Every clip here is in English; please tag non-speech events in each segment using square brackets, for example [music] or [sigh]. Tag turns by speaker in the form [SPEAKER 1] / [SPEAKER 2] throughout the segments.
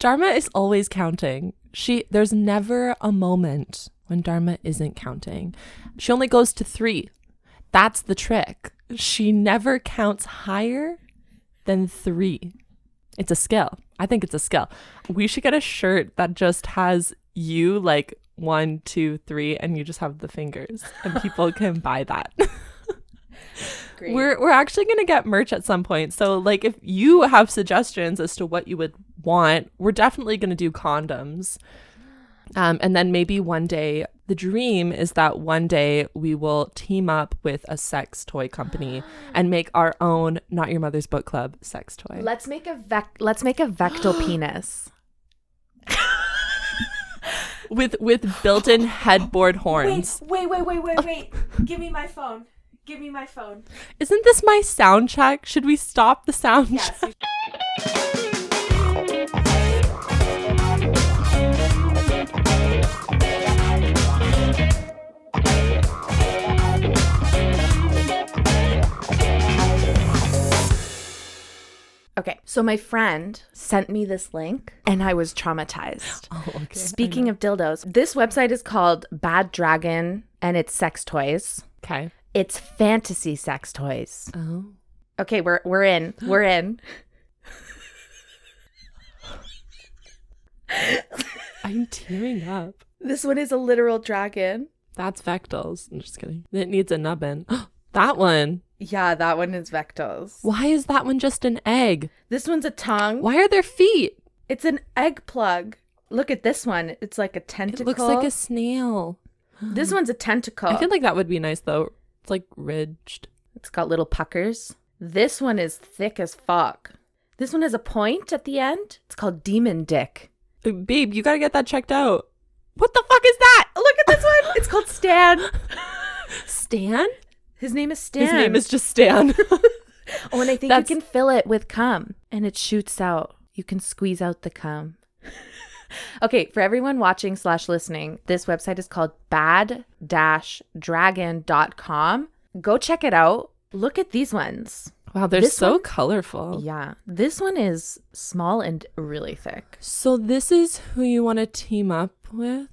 [SPEAKER 1] Dharma is always counting. She there's never a moment when Dharma isn't counting. She only goes to 3. That's the trick. She never counts higher than 3. It's a skill. I think it's a skill. We should get a shirt that just has you like one, two, three, and you just have the fingers, and people can buy that.
[SPEAKER 2] Great.
[SPEAKER 1] We're we're actually gonna get merch at some point. So like if you have suggestions as to what you would want, we're definitely gonna do condoms. Um, and then maybe one day the dream is that one day we will team up with a sex toy company and make our own not your mother's book club sex toy.
[SPEAKER 2] let's make a vec- let's make a
[SPEAKER 1] [gasps]
[SPEAKER 2] vectal penis.
[SPEAKER 1] With with built-in headboard horns.
[SPEAKER 3] Wait, wait, wait, wait, wait. Give me my phone. Give me my phone.
[SPEAKER 1] Isn't this my sound check? Should we stop the sound check?
[SPEAKER 3] Yes. you-
[SPEAKER 2] Okay. So my friend sent me this link and I was
[SPEAKER 1] [laughs]
[SPEAKER 2] traumatized.
[SPEAKER 1] Oh, okay.
[SPEAKER 2] Speaking of dildos, this website is called Bad Dragon and it's sex toys.
[SPEAKER 1] Okay.
[SPEAKER 2] It's fantasy sex toys.
[SPEAKER 1] Oh.
[SPEAKER 2] Okay, we're we're in.
[SPEAKER 1] [gasps]
[SPEAKER 2] We're in.
[SPEAKER 1] I'm tearing up.
[SPEAKER 2] This one is a literal dragon.
[SPEAKER 1] That's Vectals. I'm just kidding. It needs a nubbin. [gasps] that one.
[SPEAKER 2] Yeah, that one is Vectals.
[SPEAKER 1] Why is that one just an egg?
[SPEAKER 2] This one's a tongue.
[SPEAKER 1] Why are there feet?
[SPEAKER 2] It's an egg plug. Look at this one. It's like a
[SPEAKER 1] It
[SPEAKER 2] tentacle.
[SPEAKER 1] looks like a snail.
[SPEAKER 2] This one's a tentacle.
[SPEAKER 1] I feel like that would be nice though. It's like ridged.
[SPEAKER 2] It's got little puckers. This one is thick as fuck. This one has a point at the end. It's called Demon Dick.
[SPEAKER 1] Uh, Babe, you gotta get that checked out. What the fuck is that?
[SPEAKER 2] Look at this one. It's called Stan.
[SPEAKER 1] Stan?
[SPEAKER 2] His name is Stan.
[SPEAKER 1] His name is just Stan. [laughs]
[SPEAKER 2] Oh, and I think
[SPEAKER 1] That's-
[SPEAKER 2] you can fill it with cum, and it shoots out. You can squeeze out the cum. okay, for everyone watching slash listening, this website is called bad-dragon.com. Go check it out. Look at these ones.
[SPEAKER 1] wow, they're
[SPEAKER 2] This
[SPEAKER 1] so
[SPEAKER 2] one-
[SPEAKER 1] colorful.
[SPEAKER 2] Yeah, this one is small and really thick.
[SPEAKER 1] So this is who you wanna team up with?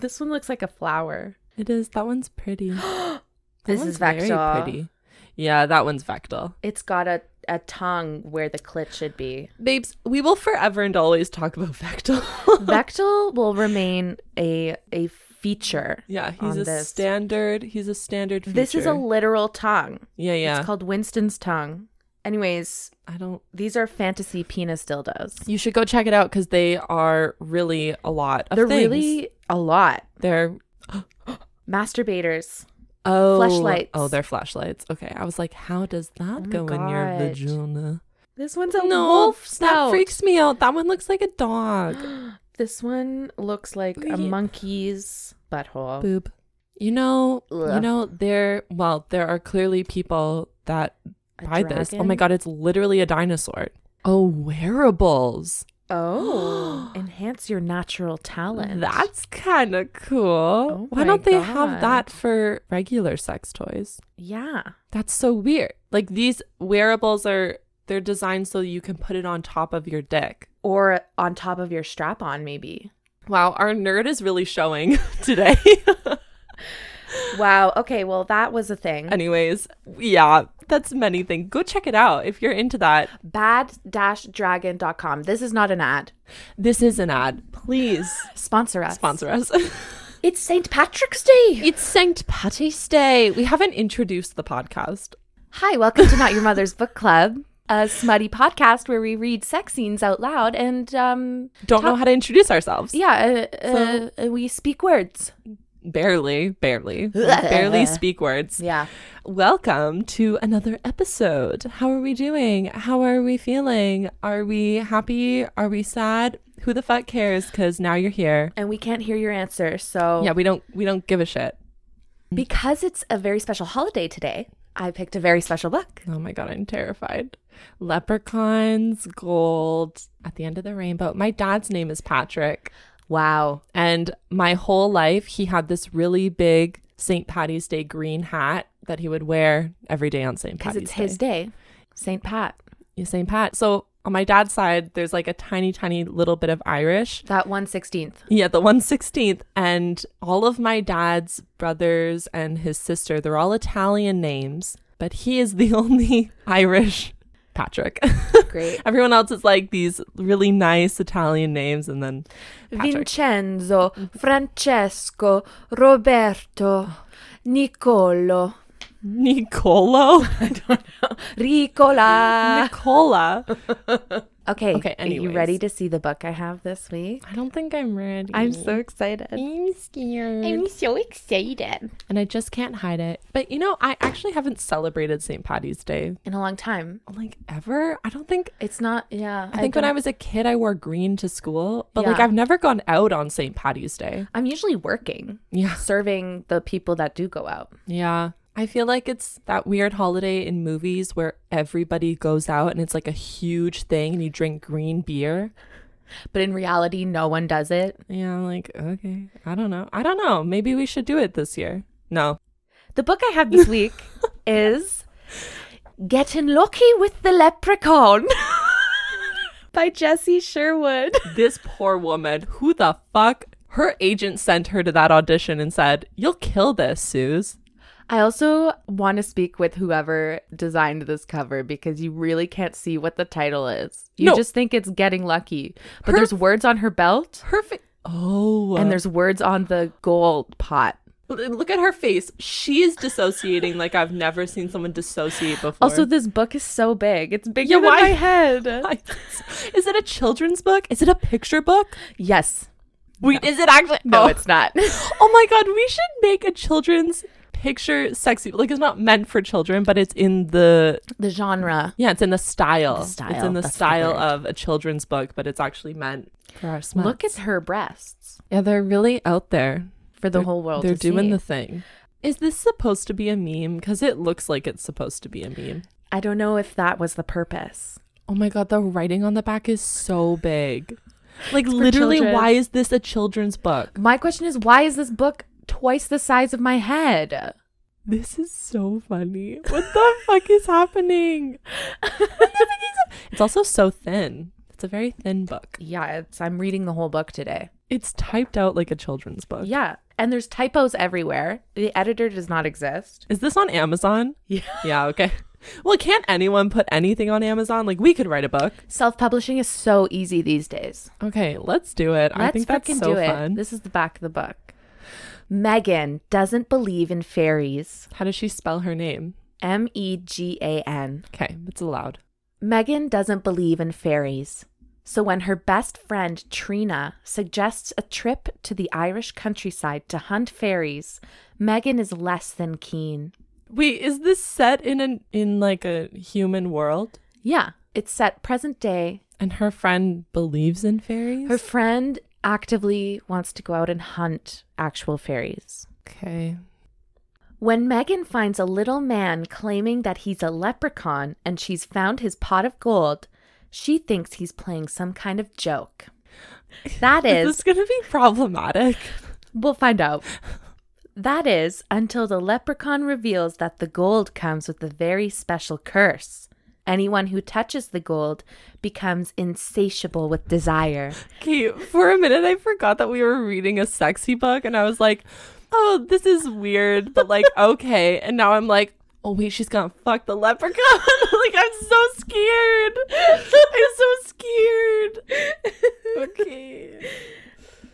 [SPEAKER 2] This one looks like a flower.
[SPEAKER 1] It is. That one's
[SPEAKER 2] [gasps]
[SPEAKER 1] pretty. That
[SPEAKER 2] This
[SPEAKER 1] one's
[SPEAKER 2] is Vector.
[SPEAKER 1] Yeah, that one's Vectal.
[SPEAKER 2] It's got a, a tongue where the clit
[SPEAKER 1] [laughs]
[SPEAKER 2] should be.
[SPEAKER 1] Babes, we will forever and always talk about Vectal.
[SPEAKER 2] Vectal will remain a a feature.
[SPEAKER 1] [laughs] yeah, he's
[SPEAKER 2] on
[SPEAKER 1] a
[SPEAKER 2] this.
[SPEAKER 1] standard. He's a standard. Feature.
[SPEAKER 2] This is a literal tongue.
[SPEAKER 1] yeah, yeah.
[SPEAKER 2] It's called Winston's tongue. Anyways,
[SPEAKER 1] I don't.
[SPEAKER 2] these are fantasy penis dildos.
[SPEAKER 1] You should go check it out because they are really a lot of
[SPEAKER 2] They're
[SPEAKER 1] things.
[SPEAKER 2] really a lot.
[SPEAKER 1] They're
[SPEAKER 2] Masturbators.
[SPEAKER 1] oh
[SPEAKER 2] Fleshlights.
[SPEAKER 1] Oh, they're flashlights. Okay, I was like, how does that
[SPEAKER 2] Oh my
[SPEAKER 1] go in your
[SPEAKER 2] God.
[SPEAKER 1] vagina?
[SPEAKER 2] This one's a
[SPEAKER 1] no,
[SPEAKER 2] wolf
[SPEAKER 1] that
[SPEAKER 2] snout.
[SPEAKER 1] freaks me out. That one looks like a dog.
[SPEAKER 2] [gasps] This one looks like
[SPEAKER 1] Yeah.
[SPEAKER 2] a monkey's butthole.
[SPEAKER 1] boob. You know, you
[SPEAKER 2] Ugh.
[SPEAKER 1] know, there. Well, there are clearly people that
[SPEAKER 2] A
[SPEAKER 1] buy this. Oh
[SPEAKER 2] dragon?
[SPEAKER 1] my god, it's literally a dinosaur. Oh, wearables. [gasps]
[SPEAKER 2] Oh, enhance your natural talent.
[SPEAKER 1] That's kind of cool.
[SPEAKER 2] Oh
[SPEAKER 1] Why
[SPEAKER 2] my
[SPEAKER 1] don't they have
[SPEAKER 2] God.
[SPEAKER 1] that for regular sex toys?
[SPEAKER 2] yeah.
[SPEAKER 1] That's so weird. Like these wearables are they're designed so you can put it on top of your dick.
[SPEAKER 2] Or on top of your strap on, maybe.
[SPEAKER 1] Wow, our nerd is really showing [laughs] today.
[SPEAKER 2] Wow. Okay. Well, that was a thing.
[SPEAKER 1] Anyways, yeah, that's many things. Go check it out if you're into that.
[SPEAKER 2] Bad-dragon.com. This is not an ad.
[SPEAKER 1] This is an ad. Please
[SPEAKER 2] Sponsor us.
[SPEAKER 1] sponsor us. [laughs]
[SPEAKER 2] It's St. Patrick's Day.
[SPEAKER 1] it's St. Patty's Day. We haven't introduced the podcast.
[SPEAKER 2] [laughs] Hi, welcome to Not Your Mother's Book Club, a smutty podcast where we read sex scenes out loud and, um,
[SPEAKER 1] Don't know how to introduce ourselves.
[SPEAKER 2] yeah, uh, uh, we speak words.
[SPEAKER 1] Barely, barely,
[SPEAKER 2] [laughs]
[SPEAKER 1] We barely speak words.
[SPEAKER 2] Yeah.
[SPEAKER 1] Welcome to another episode. How are we doing? How are we feeling? Are we happy? Are we sad? Who the fuck cares? Because now you're here.
[SPEAKER 2] And we can't hear your answer. So,
[SPEAKER 1] Yeah, we don't we don't give a shit.
[SPEAKER 2] because it's a very special holiday today, I picked a very special book.
[SPEAKER 1] Oh my god, I'm terrified. Leprechauns, gold, at the end of the rainbow. My dad's name is Patrick.
[SPEAKER 2] Wow.
[SPEAKER 1] And my whole life, he had this really big St. Patty's Day green hat that he would wear every day on St.
[SPEAKER 2] Because
[SPEAKER 1] Patty's
[SPEAKER 2] it's his
[SPEAKER 1] Day.
[SPEAKER 2] day. St. Pat.
[SPEAKER 1] Yeah, St. Pat. So on my dad's side, there's like a tiny, tiny little bit of Irish.
[SPEAKER 2] That one sixteenth.
[SPEAKER 1] Yeah, the 116th. And all of my dad's brothers and his sister, they're all Italian names, but he is the [laughs] only Irish Patrick. [laughs]
[SPEAKER 2] Great.
[SPEAKER 1] Everyone else is like these really nice Italian names. And then Patrick. Mm-hmm.
[SPEAKER 2] Vincenzo, Francesco, Roberto, Niccolo,
[SPEAKER 1] Nicolo. Uh,
[SPEAKER 2] Ricola.
[SPEAKER 1] Nicola.
[SPEAKER 2] Okay.
[SPEAKER 1] Okay,
[SPEAKER 2] Are you
[SPEAKER 1] anyways.
[SPEAKER 2] ready to see the book I have this week?
[SPEAKER 1] I don't think I'm ready.
[SPEAKER 2] excited.
[SPEAKER 1] I'm scared.
[SPEAKER 2] so excited.
[SPEAKER 1] and I just can't hide it. But you know, I actually haven't celebrated St. Patty's Day
[SPEAKER 2] In a long time.
[SPEAKER 1] like ever. I don't think.
[SPEAKER 2] It's not, yeah.
[SPEAKER 1] I think when
[SPEAKER 2] don't-
[SPEAKER 1] I was a kid, I wore green to school, but like
[SPEAKER 2] Yeah.
[SPEAKER 1] I've never gone out on St. Patty's Day.
[SPEAKER 2] I'm usually working,
[SPEAKER 1] Yeah.
[SPEAKER 2] serving the people that do go out.
[SPEAKER 1] Yeah. I feel like it's that weird holiday in movies where everybody goes out and it's like a huge thing and you drink green beer.
[SPEAKER 2] But in reality, no one does it.
[SPEAKER 1] Yeah, I'm like, okay. I don't know. I don't know. Maybe we should do it this year. No. [laughs]
[SPEAKER 2] The book I have this week is Getting Lucky with the Leprechaun [laughs] by Jesse Sherwood.
[SPEAKER 1] This poor woman, who the fuck? Her agent sent her to that audition and said, You'll kill this, Suze.
[SPEAKER 2] I also want to speak with whoever designed this cover because you really can't see what the title is. You
[SPEAKER 1] No.
[SPEAKER 2] just think it's Getting Lucky, but
[SPEAKER 1] Her-
[SPEAKER 2] there's words on her belt
[SPEAKER 1] Her fa- Oh.
[SPEAKER 2] and there's words on the gold pot.
[SPEAKER 1] L- Look at her face. She is dissociating like I've never seen someone dissociate before. [laughs]
[SPEAKER 2] Also, this book is so big. It's bigger
[SPEAKER 1] Yeah,
[SPEAKER 2] than
[SPEAKER 1] why-
[SPEAKER 2] my head.
[SPEAKER 1] I- is it a children's book? Is it a picture book?
[SPEAKER 2] yes.
[SPEAKER 1] We, is it actually?
[SPEAKER 2] No,
[SPEAKER 1] oh.
[SPEAKER 2] it's
[SPEAKER 1] [laughs]
[SPEAKER 2] not.
[SPEAKER 1] Oh my god, we should make a children's picture sexy. Like it's not meant for children, but it's in the
[SPEAKER 2] the genre.
[SPEAKER 1] yeah, it's in the style.
[SPEAKER 2] The style,
[SPEAKER 1] It's in the
[SPEAKER 2] that's the
[SPEAKER 1] style
[SPEAKER 2] word.
[SPEAKER 1] of a children's book, but it's actually meant for our smut.
[SPEAKER 2] Look at her breasts
[SPEAKER 1] yeah, they're really out there.
[SPEAKER 2] for the whole world.
[SPEAKER 1] They're
[SPEAKER 2] to
[SPEAKER 1] doing
[SPEAKER 2] see.
[SPEAKER 1] the thing. Is this supposed to be a meme? Because it looks like it's supposed to be a meme.
[SPEAKER 2] I don't know if that was the purpose.
[SPEAKER 1] Oh my god, the writing on the back is so [laughs] big. Like literally,
[SPEAKER 2] children.
[SPEAKER 1] why is this a children's book?
[SPEAKER 2] My question is why is this book twice the size of my head?
[SPEAKER 1] This is so funny. [laughs] What the fuck is [laughs] happening? It's also so thin. It's a very thin book.
[SPEAKER 2] yeah, it's, I'm reading the whole book today.
[SPEAKER 1] It's typed out like a children's book.
[SPEAKER 2] Yeah. And there's typos everywhere. The editor does not exist.
[SPEAKER 1] Is this on Amazon?
[SPEAKER 2] Yeah.
[SPEAKER 1] [laughs] Yeah, okay. Well, can't anyone put anything on Amazon? Like we could write a book.
[SPEAKER 2] Self publishing is so easy these days.
[SPEAKER 1] Okay, let's do it. I
[SPEAKER 2] Let's
[SPEAKER 1] think that's
[SPEAKER 2] frickin'
[SPEAKER 1] so
[SPEAKER 2] do it.
[SPEAKER 1] fun.
[SPEAKER 2] This is the back of the book. Megan doesn't believe in fairies.
[SPEAKER 1] How does she spell her name?
[SPEAKER 2] M E G A N.
[SPEAKER 1] Okay, it's allowed.
[SPEAKER 2] Megan doesn't believe in fairies. So when her best friend Trina suggests a trip to the Irish countryside to hunt fairies, Megan is less than keen.
[SPEAKER 1] Wait, is this set in an in like a human world?
[SPEAKER 2] Yeah, it's set present day.
[SPEAKER 1] And her friend believes in fairies?
[SPEAKER 2] Her friend actively wants to go out and hunt actual fairies.
[SPEAKER 1] okay.
[SPEAKER 2] When Megan finds a little man claiming that he's a leprechaun and she's found his pot of gold, she thinks he's playing some kind of joke. That
[SPEAKER 1] Is
[SPEAKER 2] is,
[SPEAKER 1] [laughs] this gonna be problematic?
[SPEAKER 2] we'll find out. That is, until the leprechaun reveals that the gold comes with a very special curse. Anyone who touches the gold becomes insatiable with desire.
[SPEAKER 1] Okay, for a minute I forgot that we were reading a sexy book and I was like, oh, this is weird, but [laughs] like, okay. And now I'm like, oh, wait, she's gonna fuck the leprechaun. [laughs] like, I'm so scared. I'm so scared. [laughs] Okay.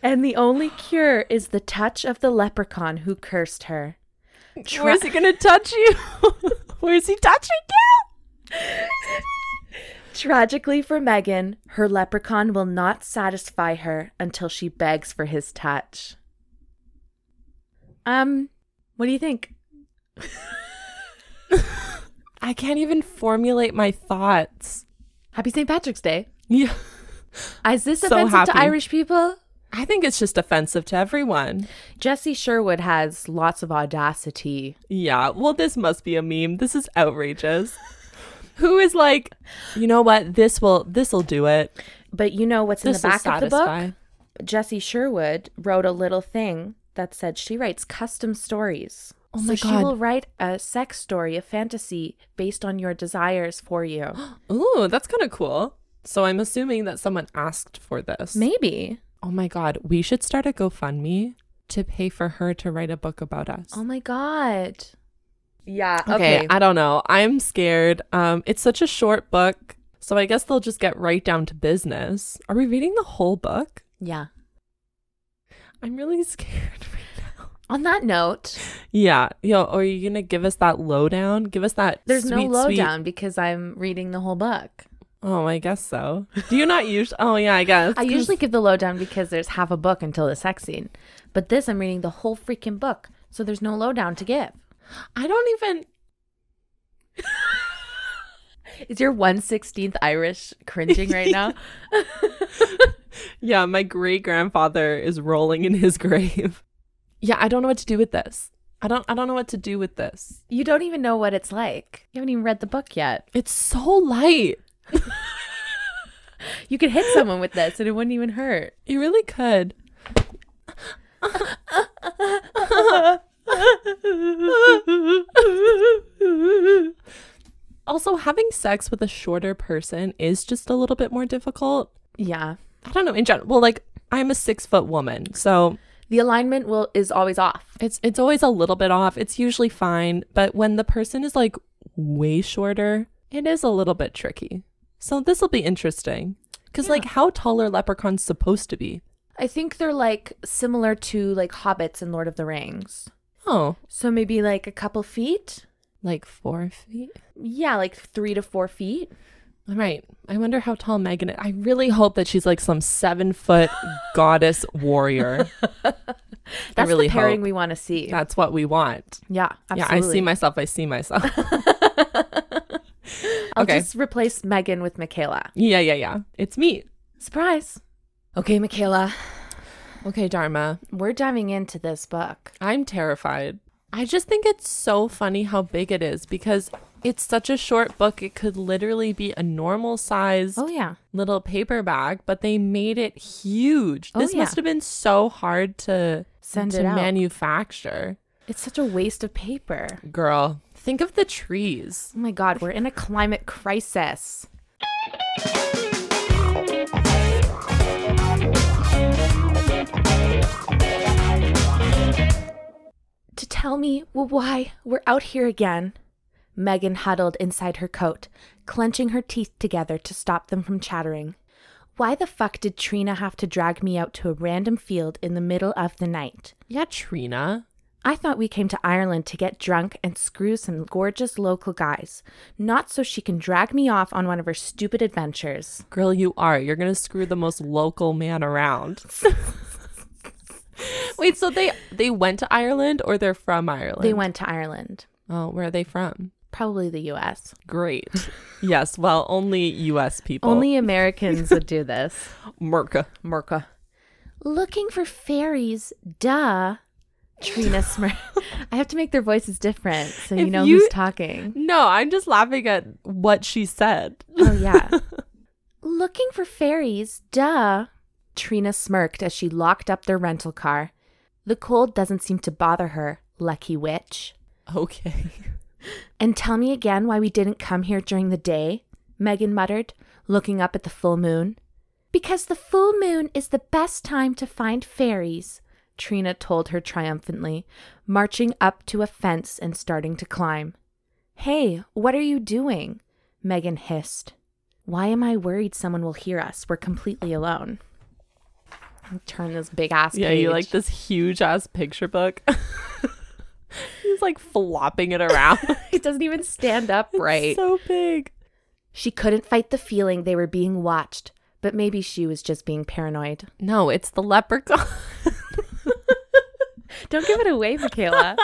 [SPEAKER 2] And the only cure is the touch of the leprechaun who cursed her.
[SPEAKER 1] Where's he gonna touch you? [laughs] Where's he touching you?
[SPEAKER 2] Tragically for Megan, her leprechaun will not satisfy her until she begs for his touch. Um, what do you think?
[SPEAKER 1] I can't even formulate my thoughts.
[SPEAKER 2] Happy St. Patrick's Day.
[SPEAKER 1] Yeah.
[SPEAKER 2] Is this
[SPEAKER 1] So
[SPEAKER 2] offensive to
[SPEAKER 1] happy.
[SPEAKER 2] Irish people?
[SPEAKER 1] I think it's just offensive to everyone.
[SPEAKER 2] Jesse Sherwood has lots of audacity.
[SPEAKER 1] Yeah, well, this must be a meme. This is outrageous. Who is like, you know what? This will this will do it.
[SPEAKER 2] But you know what's
[SPEAKER 1] This
[SPEAKER 2] in
[SPEAKER 1] will
[SPEAKER 2] the back of the
[SPEAKER 1] satisfy.
[SPEAKER 2] book? Jesse Sherwood wrote a little thing that said she writes custom stories.
[SPEAKER 1] Oh my
[SPEAKER 2] so
[SPEAKER 1] God.
[SPEAKER 2] She will write a
[SPEAKER 1] [gasps]
[SPEAKER 2] sex story, a fantasy based on your desires for you.
[SPEAKER 1] Ooh, that's kind of cool. So I'm assuming that someone asked for this.
[SPEAKER 2] Maybe.
[SPEAKER 1] Oh my God, we should start a GoFundMe to pay for her to write a book about us.
[SPEAKER 2] Oh my god. Yeah.
[SPEAKER 1] okay, I don't know. I'm scared. Um, it's such a short book, so I guess they'll just get right down to business. Are we reading the whole book?
[SPEAKER 2] yeah.
[SPEAKER 1] I'm really [laughs] scared right now.
[SPEAKER 2] On that note,
[SPEAKER 1] Yeah, yo, are you gonna give us that lowdown? Give us that.
[SPEAKER 2] there's
[SPEAKER 1] sweet,
[SPEAKER 2] no
[SPEAKER 1] sweet-
[SPEAKER 2] lowdown because I'm reading the whole book.
[SPEAKER 1] Oh, I guess so. Do you not use? Oh, yeah, I guess.
[SPEAKER 2] I
[SPEAKER 1] 'cause-
[SPEAKER 2] usually give the lowdown because there's half a book until the sex scene. But this I'm reading the whole freaking book, so there's no lowdown to give.
[SPEAKER 1] I don't even.
[SPEAKER 2] Is your one sixteenth Irish cringing right now?
[SPEAKER 1] Yeah, my great grandfather is rolling in his [laughs] grave. Yeah, I don't know what to do with this. I don't. I don't know what to do with this.
[SPEAKER 2] [laughs] you don't even know what it's like. You haven't even read the book yet.
[SPEAKER 1] It's so light.
[SPEAKER 2] You could [laughs] hit someone with this and it wouldn't even hurt.
[SPEAKER 1] You really could. also, having sex with a shorter person is just a little bit more difficult.
[SPEAKER 2] Yeah.
[SPEAKER 1] I don't know in general. Well, like I'm a six foot woman, so
[SPEAKER 2] The alignment will is always off.
[SPEAKER 1] it's it's always a little bit off. It's usually fine, but when the person is like way shorter, it is a little bit tricky. So this will be interesting. Cause like how tall are leprechauns supposed to be?
[SPEAKER 2] I think they're like similar to like hobbits in Lord of the Rings.
[SPEAKER 1] Oh,
[SPEAKER 2] So maybe like a couple feet?
[SPEAKER 1] like four feet.
[SPEAKER 2] Yeah, like 3 to 4 feet.
[SPEAKER 1] All right. I wonder how tall Megan is. I really hope that she's like some seven
[SPEAKER 2] [laughs]
[SPEAKER 1] foot goddess warrior.
[SPEAKER 2] That's
[SPEAKER 1] really
[SPEAKER 2] the pairing
[SPEAKER 1] hope.
[SPEAKER 2] we want to see.
[SPEAKER 1] That's what we want.
[SPEAKER 2] yeah, absolutely.
[SPEAKER 1] Yeah, I see myself. I see myself. [laughs]
[SPEAKER 2] I'll
[SPEAKER 1] okay.
[SPEAKER 2] just replace Megan with Michaela.
[SPEAKER 1] Yeah, yeah, yeah. It's me.
[SPEAKER 2] Surprise. Okay, Michaela,
[SPEAKER 1] Okay, Dharma.
[SPEAKER 2] we're diving into this book.
[SPEAKER 1] I'm terrified. I just think it's so funny how big it is because it's such a short book. It could literally be a normal size
[SPEAKER 2] Oh yeah.
[SPEAKER 1] little paperback, but they made it huge.
[SPEAKER 2] Oh,
[SPEAKER 1] This
[SPEAKER 2] yeah.
[SPEAKER 1] must have been so hard to
[SPEAKER 2] Send
[SPEAKER 1] to
[SPEAKER 2] it out.
[SPEAKER 1] manufacture.
[SPEAKER 2] It's such a waste of paper.
[SPEAKER 1] Girl, think of the trees.
[SPEAKER 2] Oh my god, we're in a climate crisis. To tell me wh- why we're out here again. Megan huddled inside her coat, clenching her teeth together to stop them from chattering. Why the fuck did Trina have to drag me out to a random field in the middle of the night?
[SPEAKER 1] Yeah, Trina.
[SPEAKER 2] I thought we came to Ireland to get drunk and screw some gorgeous local guys, not so she can drag me off on one of her stupid adventures.
[SPEAKER 1] Girl, you are. You're going to screw the most local man
[SPEAKER 2] [laughs]
[SPEAKER 1] around. Wait, so they they went to Ireland or they're from Ireland?
[SPEAKER 2] They went to Ireland,
[SPEAKER 1] Oh, where are they from?
[SPEAKER 2] probably the US.
[SPEAKER 1] Great. [laughs] yes, well, only US people.
[SPEAKER 2] Only Americans would do this.
[SPEAKER 1] Merca.
[SPEAKER 2] Merca. Looking for fairies, duh. Trina smirked. [laughs] I have to make their voices different so you
[SPEAKER 1] If
[SPEAKER 2] know
[SPEAKER 1] you-
[SPEAKER 2] who's talking.
[SPEAKER 1] No, I'm just laughing at what she
[SPEAKER 2] [laughs]
[SPEAKER 1] said.
[SPEAKER 2] Oh, yeah. Looking for fairies, duh. Trina smirked as she locked up their rental car. The cold doesn't seem to bother her, lucky witch.
[SPEAKER 1] Okay.
[SPEAKER 2] And tell me again why we didn't come here during the day, Megan muttered, looking up at the full moon. Because the full moon is the best time to find fairies, Trina told her triumphantly, marching up to a fence and starting to climb. Hey, what are you doing? Megan hissed. Why am I worried someone will hear us? We're completely alone. Turn this big ass.
[SPEAKER 1] Yeah, you
[SPEAKER 2] page.
[SPEAKER 1] like this huge ass picture book. [laughs] He's like flopping it around.
[SPEAKER 2] [laughs] It doesn't even
[SPEAKER 1] [laughs]
[SPEAKER 2] stand up [laughs] right.
[SPEAKER 1] so big.
[SPEAKER 2] She couldn't fight the feeling they were being watched, but maybe she was just being paranoid.
[SPEAKER 1] No, it's the leprechaun. [laughs]
[SPEAKER 2] Don't give it away, Michaela.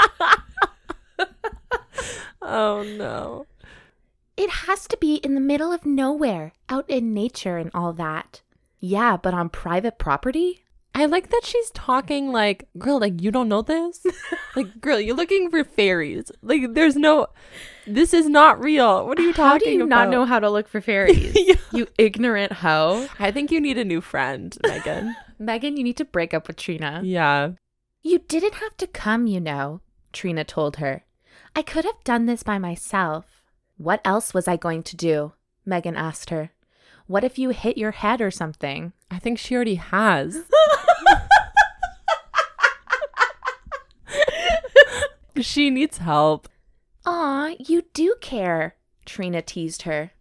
[SPEAKER 1] oh no.
[SPEAKER 2] [laughs] it has to be in the middle of nowhere, out in nature and all that. Yeah, but on private property?
[SPEAKER 1] I like that she's talking like, girl, like you don't know
[SPEAKER 2] [laughs]
[SPEAKER 1] this? like, girl, you're looking for fairies. Like there's no this is not real. What are you
[SPEAKER 2] How
[SPEAKER 1] talking
[SPEAKER 2] do you not
[SPEAKER 1] about?
[SPEAKER 2] know how to look [laughs] for fairies?
[SPEAKER 1] Yeah.
[SPEAKER 2] You ignorant hoe.
[SPEAKER 1] I think you need a new friend, Megan.
[SPEAKER 2] [laughs] Megan, you need to break up with Trina.
[SPEAKER 1] yeah.
[SPEAKER 2] You didn't have to come, you know, Trina told her. I could have done this by myself. What else was I going to do? Megan asked her. What if you hit your head or something?
[SPEAKER 1] I think she already
[SPEAKER 2] [laughs]
[SPEAKER 1] has. she needs
[SPEAKER 2] [laughs]
[SPEAKER 1] help.
[SPEAKER 2] Aw, you do care, Trina teased her.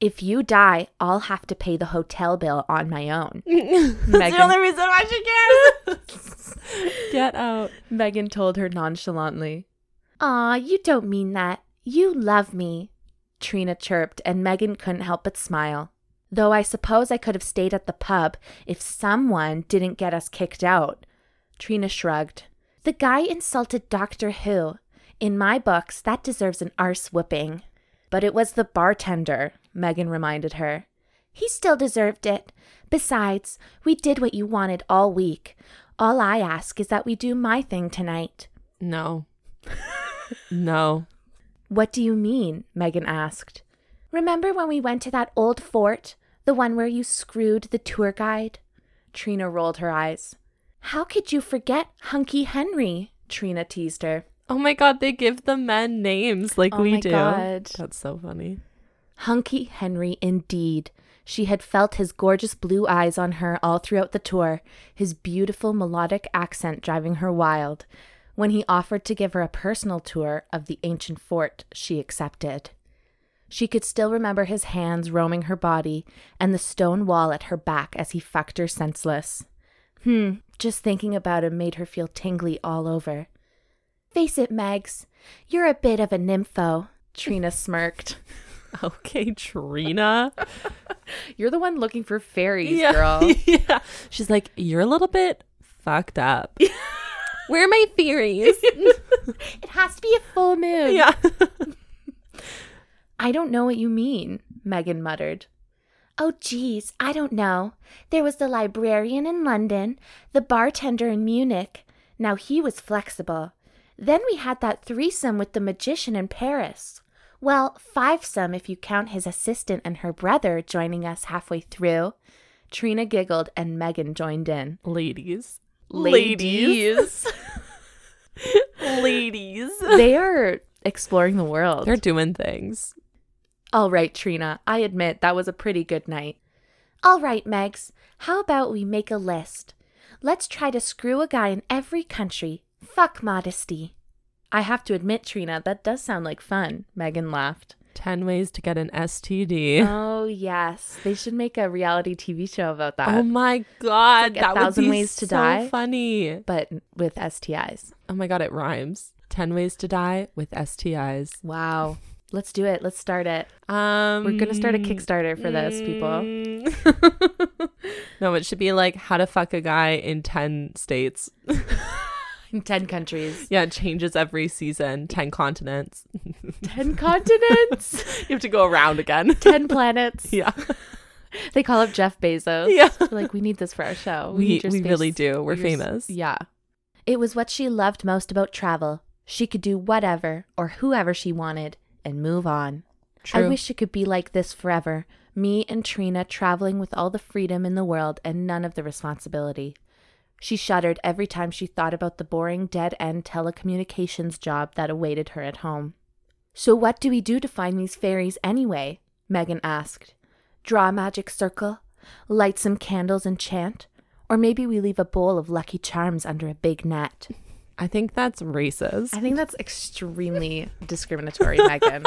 [SPEAKER 2] If you die, I'll have to pay the hotel bill on my own. [laughs] Megan-
[SPEAKER 3] reason why she cares.
[SPEAKER 1] [laughs] Get out.
[SPEAKER 2] Megan told her nonchalantly. Aw, you don't mean that. You love me. Trina chirped, and Megan couldn't help but smile. Though I suppose I could have stayed at the pub if someone didn't get us kicked out. Trina shrugged. The guy insulted Doctor Who. In my books, that deserves an arse whipping. But it was the bartender, Megan reminded her. He still deserved it. Besides, we did what you wanted all week. All I ask is that we do my thing tonight. [laughs]
[SPEAKER 1] No. no.
[SPEAKER 2] What do you mean? Megan asked. Remember when we went to that old fort? The one where you screwed the tour guide? Trina rolled her eyes. How could you forget Hunky Henry? Trina teased her.
[SPEAKER 1] Oh my god, they give the men names like
[SPEAKER 2] Oh
[SPEAKER 1] we
[SPEAKER 2] my
[SPEAKER 1] do.
[SPEAKER 2] God.
[SPEAKER 1] That's so funny. [laughs]
[SPEAKER 2] Hunky Henry, indeed. She had felt his gorgeous blue eyes on her all throughout the tour, his beautiful melodic accent driving her wild. When he offered to give her a personal tour of the ancient fort, she accepted. She could still remember his hands roaming her body and the stone wall at her back as he fucked her senseless. Hmm, just thinking about him made her feel tingly all over. Face it, Megs, you're a bit of a nympho, Trina smirked.
[SPEAKER 1] Okay, Trina.
[SPEAKER 2] You're the one looking for fairies,
[SPEAKER 1] yeah.
[SPEAKER 2] girl.
[SPEAKER 1] [laughs] yeah. She's like, you're a little bit fucked
[SPEAKER 2] [laughs]
[SPEAKER 1] up. Where are my theories?
[SPEAKER 2] It has to be a full
[SPEAKER 1] [laughs]
[SPEAKER 2] moon.
[SPEAKER 1] yeah.
[SPEAKER 2] I don't know what you mean, Megan muttered. Oh, geez, I don't know. There was the librarian in London, the bartender in Munich. Now he was flexible. Then we had that threesome with the magician in Paris. Well, fivesome if you count his assistant and her brother joining us halfway through. Trina giggled and Megan joined in.
[SPEAKER 1] [laughs] Ladies.
[SPEAKER 2] Ladies.
[SPEAKER 1] [laughs] Ladies.
[SPEAKER 2] they are exploring the world.
[SPEAKER 1] They're doing things.
[SPEAKER 2] All right, Trina, I admit that was a pretty good night. All right, Megs, how about we make a list? Let's try to screw a guy in every country. Fuck modesty. I have to admit, Trina, that does sound like fun, Megan
[SPEAKER 1] [laughs]
[SPEAKER 2] laughed.
[SPEAKER 1] 10 ways to get an STD.
[SPEAKER 2] oh, yes. They should make a reality TV show about that,
[SPEAKER 1] oh my god,
[SPEAKER 2] like a
[SPEAKER 1] that would
[SPEAKER 2] thousand
[SPEAKER 1] be
[SPEAKER 2] ways to
[SPEAKER 1] so
[SPEAKER 2] die.
[SPEAKER 1] funny.
[SPEAKER 2] but with STIs.
[SPEAKER 1] Oh my god, it rhymes. 10 ways to die with STIs.
[SPEAKER 2] Wow. Let's do it. Let's start it.
[SPEAKER 1] Um
[SPEAKER 2] We're going to start a Kickstarter for this, people.
[SPEAKER 1] people. no, it should be like how to fuck a guy in 10 states. Mm.
[SPEAKER 2] In 10 countries,
[SPEAKER 1] Yeah, it changes every season, 10 continents. [laughs]
[SPEAKER 2] 10 continents, [laughs]
[SPEAKER 1] You have to go around again. [laughs]
[SPEAKER 2] 10 planets.
[SPEAKER 1] yeah.
[SPEAKER 2] They call up Jeff Bezos.
[SPEAKER 1] Yeah.
[SPEAKER 2] We're like we need this for our show.
[SPEAKER 1] We
[SPEAKER 2] need your
[SPEAKER 1] we
[SPEAKER 2] space.
[SPEAKER 1] really do. We're
[SPEAKER 2] Your s-
[SPEAKER 1] famous.
[SPEAKER 2] Yeah. It was what she loved most about travel. She could do whatever or whoever she wanted and move on.
[SPEAKER 1] True.
[SPEAKER 2] I wish it could be like this forever. Me and Trina traveling with all the freedom in the world and none of the responsibility. She shuddered every time she thought about the boring dead end telecommunications job that awaited her at home. So, what do we do to find these fairies anyway? Megan asked. Draw a magic circle? Light some candles and chant? Or maybe we leave a bowl of lucky charms under a big net.
[SPEAKER 1] I think that's racist.
[SPEAKER 2] I think that's [laughs] extremely discriminatory, Megan.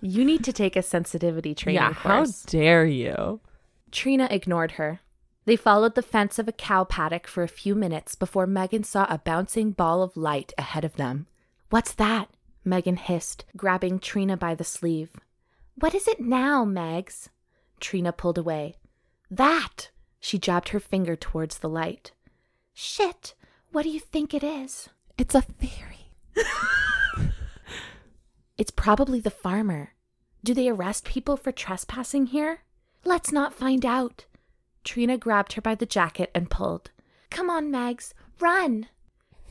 [SPEAKER 2] You need to take a sensitivity training
[SPEAKER 1] yeah,
[SPEAKER 2] course.
[SPEAKER 1] how dare you?
[SPEAKER 2] Trina ignored her. They followed the fence of a cow paddock for a few minutes before Megan saw a bouncing ball of light ahead of them. What's that? Megan hissed, grabbing Trina by the sleeve. What is it now, Megs? Trina pulled away. That! She jabbed her finger towards the light. Shit! What do you think it is?
[SPEAKER 1] It's a [laughs] fairy.
[SPEAKER 2] It's probably the farmer. Do they arrest people for trespassing here? Let's not find out. Trina grabbed her by the jacket and pulled. Come on, Megs, run!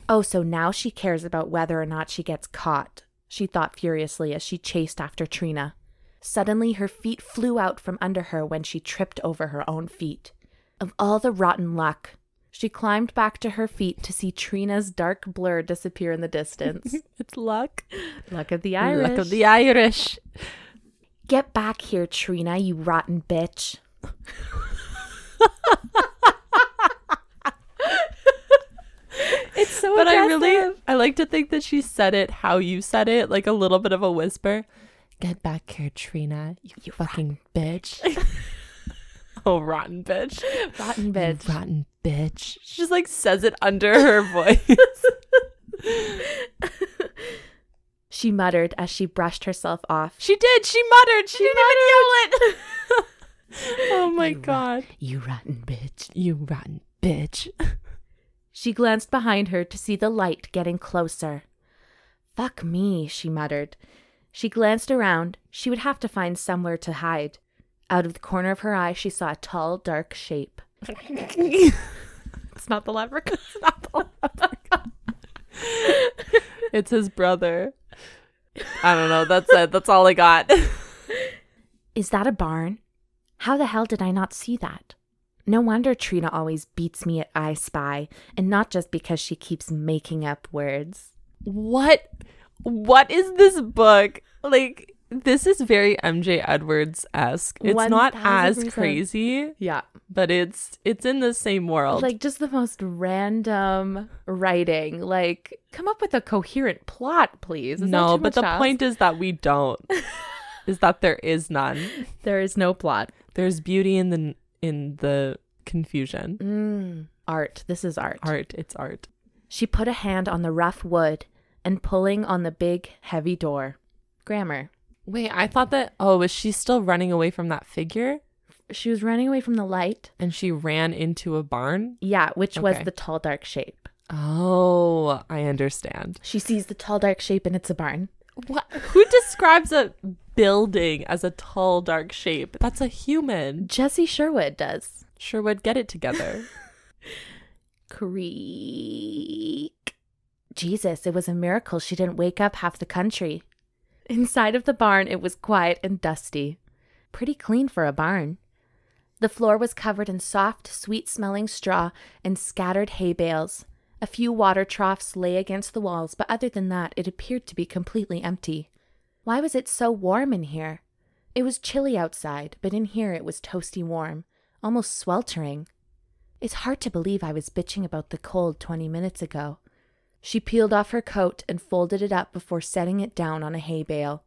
[SPEAKER 2] Oh, so now she cares about whether or not she gets caught, she thought furiously as she chased after Trina. Suddenly, her feet flew out from under her when she tripped over her own feet. Of all the rotten luck, she climbed back to her feet to see Trina's dark blur disappear [laughs] in the distance.
[SPEAKER 1] It's luck.
[SPEAKER 2] luck of the
[SPEAKER 1] Luck of the Irish.
[SPEAKER 2] Get back here, Trina, you rotten bitch. it's so
[SPEAKER 1] But I
[SPEAKER 2] aggressive.
[SPEAKER 1] really, I like to think that she said it how you said it, like a little bit of a whisper. Get back here, Trina, you, fucking bitch. [laughs] oh, rotten bitch.
[SPEAKER 2] rotten
[SPEAKER 1] You
[SPEAKER 2] bitch.
[SPEAKER 1] Rotten bitch. She just like says it under [laughs] her voice.
[SPEAKER 2] She muttered as she brushed herself off.
[SPEAKER 1] she did. She muttered. She, didn't even yell it. [laughs] oh my God.
[SPEAKER 2] You rotten bitch.
[SPEAKER 1] You rotten bitch.
[SPEAKER 2] She glanced behind her to see the light getting closer. Fuck me, she muttered. She glanced around. She would have to find somewhere to hide. Out of the corner of her eye, she saw a tall, dark shape.
[SPEAKER 1] [laughs]
[SPEAKER 2] It's not the leprechaun.
[SPEAKER 1] it's his brother. I don't know. That's it. That's all I got.
[SPEAKER 2] Is that a barn? How the hell did I not see that? No wonder Trina always beats me at I Spy, and not just because she keeps making up words.
[SPEAKER 1] what what is this book like this is very mj edwards esque it's not as
[SPEAKER 2] 1000%.
[SPEAKER 1] crazy
[SPEAKER 2] Yeah.
[SPEAKER 1] but it's it's in the same world
[SPEAKER 2] Like just the most random writing. Like, come up with a coherent plot, please. Is that
[SPEAKER 1] no but
[SPEAKER 2] too much
[SPEAKER 1] the
[SPEAKER 2] to ask?
[SPEAKER 1] point is that we [laughs] don't is that there is none
[SPEAKER 2] there is no plot.
[SPEAKER 1] there's beauty in the in the confusion
[SPEAKER 2] Mm. Art. This is art.
[SPEAKER 1] art it's art
[SPEAKER 2] She put a hand on the rough wood and pulling on the big, heavy door. Grammar.
[SPEAKER 1] wait i thought that oh is she still running away from that figure
[SPEAKER 2] She was running away from the light.
[SPEAKER 1] and she ran into a barn
[SPEAKER 2] Yeah, which was
[SPEAKER 1] Okay.
[SPEAKER 2] the tall, dark shape.
[SPEAKER 1] oh i understand
[SPEAKER 2] She sees the tall, dark shape and it's a barn.
[SPEAKER 1] What? Who describes a building as a tall, dark shape? That's a human.
[SPEAKER 2] Jesse Sherwood does.
[SPEAKER 1] Sure would get it
[SPEAKER 2] [laughs]
[SPEAKER 1] together.
[SPEAKER 2] Creak. Jesus, it was a miracle she didn't wake up half the country. Inside of the barn, it was quiet and dusty. Pretty clean for a barn. The floor was covered in soft, sweet smelling straw and scattered hay bales. A few water troughs lay against the walls, but other than that, it appeared to be completely empty. Why was it so warm in here? It was chilly outside, but in here it was toasty warm, almost sweltering. It's hard to believe I was bitching about the cold 20 minutes ago. She peeled off her coat and folded it up before setting it down on a hay bale.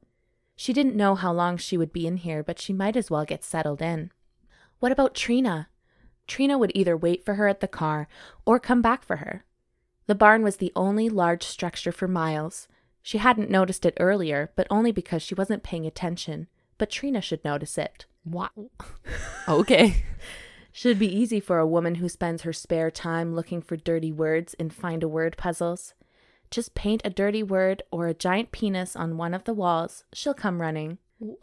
[SPEAKER 2] She didn't know how long she would be in here, but she might as well get settled in. What about Trina? Trina would either wait for her at the car or come back for her. The barn was the only large structure for miles. She hadn't noticed it earlier, but only because she wasn't paying attention. But Trina should notice it
[SPEAKER 1] wow. Okay.
[SPEAKER 2] should be easy for a woman who spends her spare time looking for dirty words in find a word puzzles. Just paint a dirty word or a giant penis on one of the walls, she'll come running.
[SPEAKER 1] What?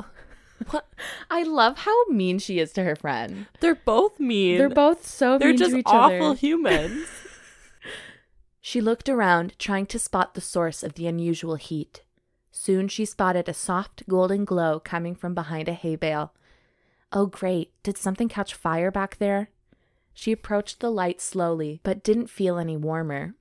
[SPEAKER 2] [laughs] I love how mean she is to her friend.
[SPEAKER 1] They're both mean.
[SPEAKER 2] They're both so
[SPEAKER 1] They're
[SPEAKER 2] mean
[SPEAKER 1] just
[SPEAKER 2] to each
[SPEAKER 1] awful
[SPEAKER 2] other.
[SPEAKER 1] humans.
[SPEAKER 2] She looked around, trying to spot the source of the unusual heat. Soon she spotted a soft golden glow coming from behind a hay bale. Oh, great. Did something catch fire back there? She approached the light slowly, but didn't feel any warmer.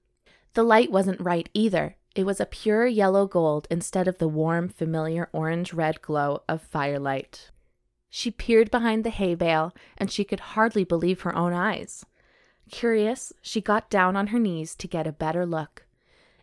[SPEAKER 2] The light wasn't right either. It was a pure yellow gold instead of the warm, familiar orange red glow of firelight. She peered behind the hay bale, and she could hardly believe her own eyes. Curious, she got down on her knees to get a better look.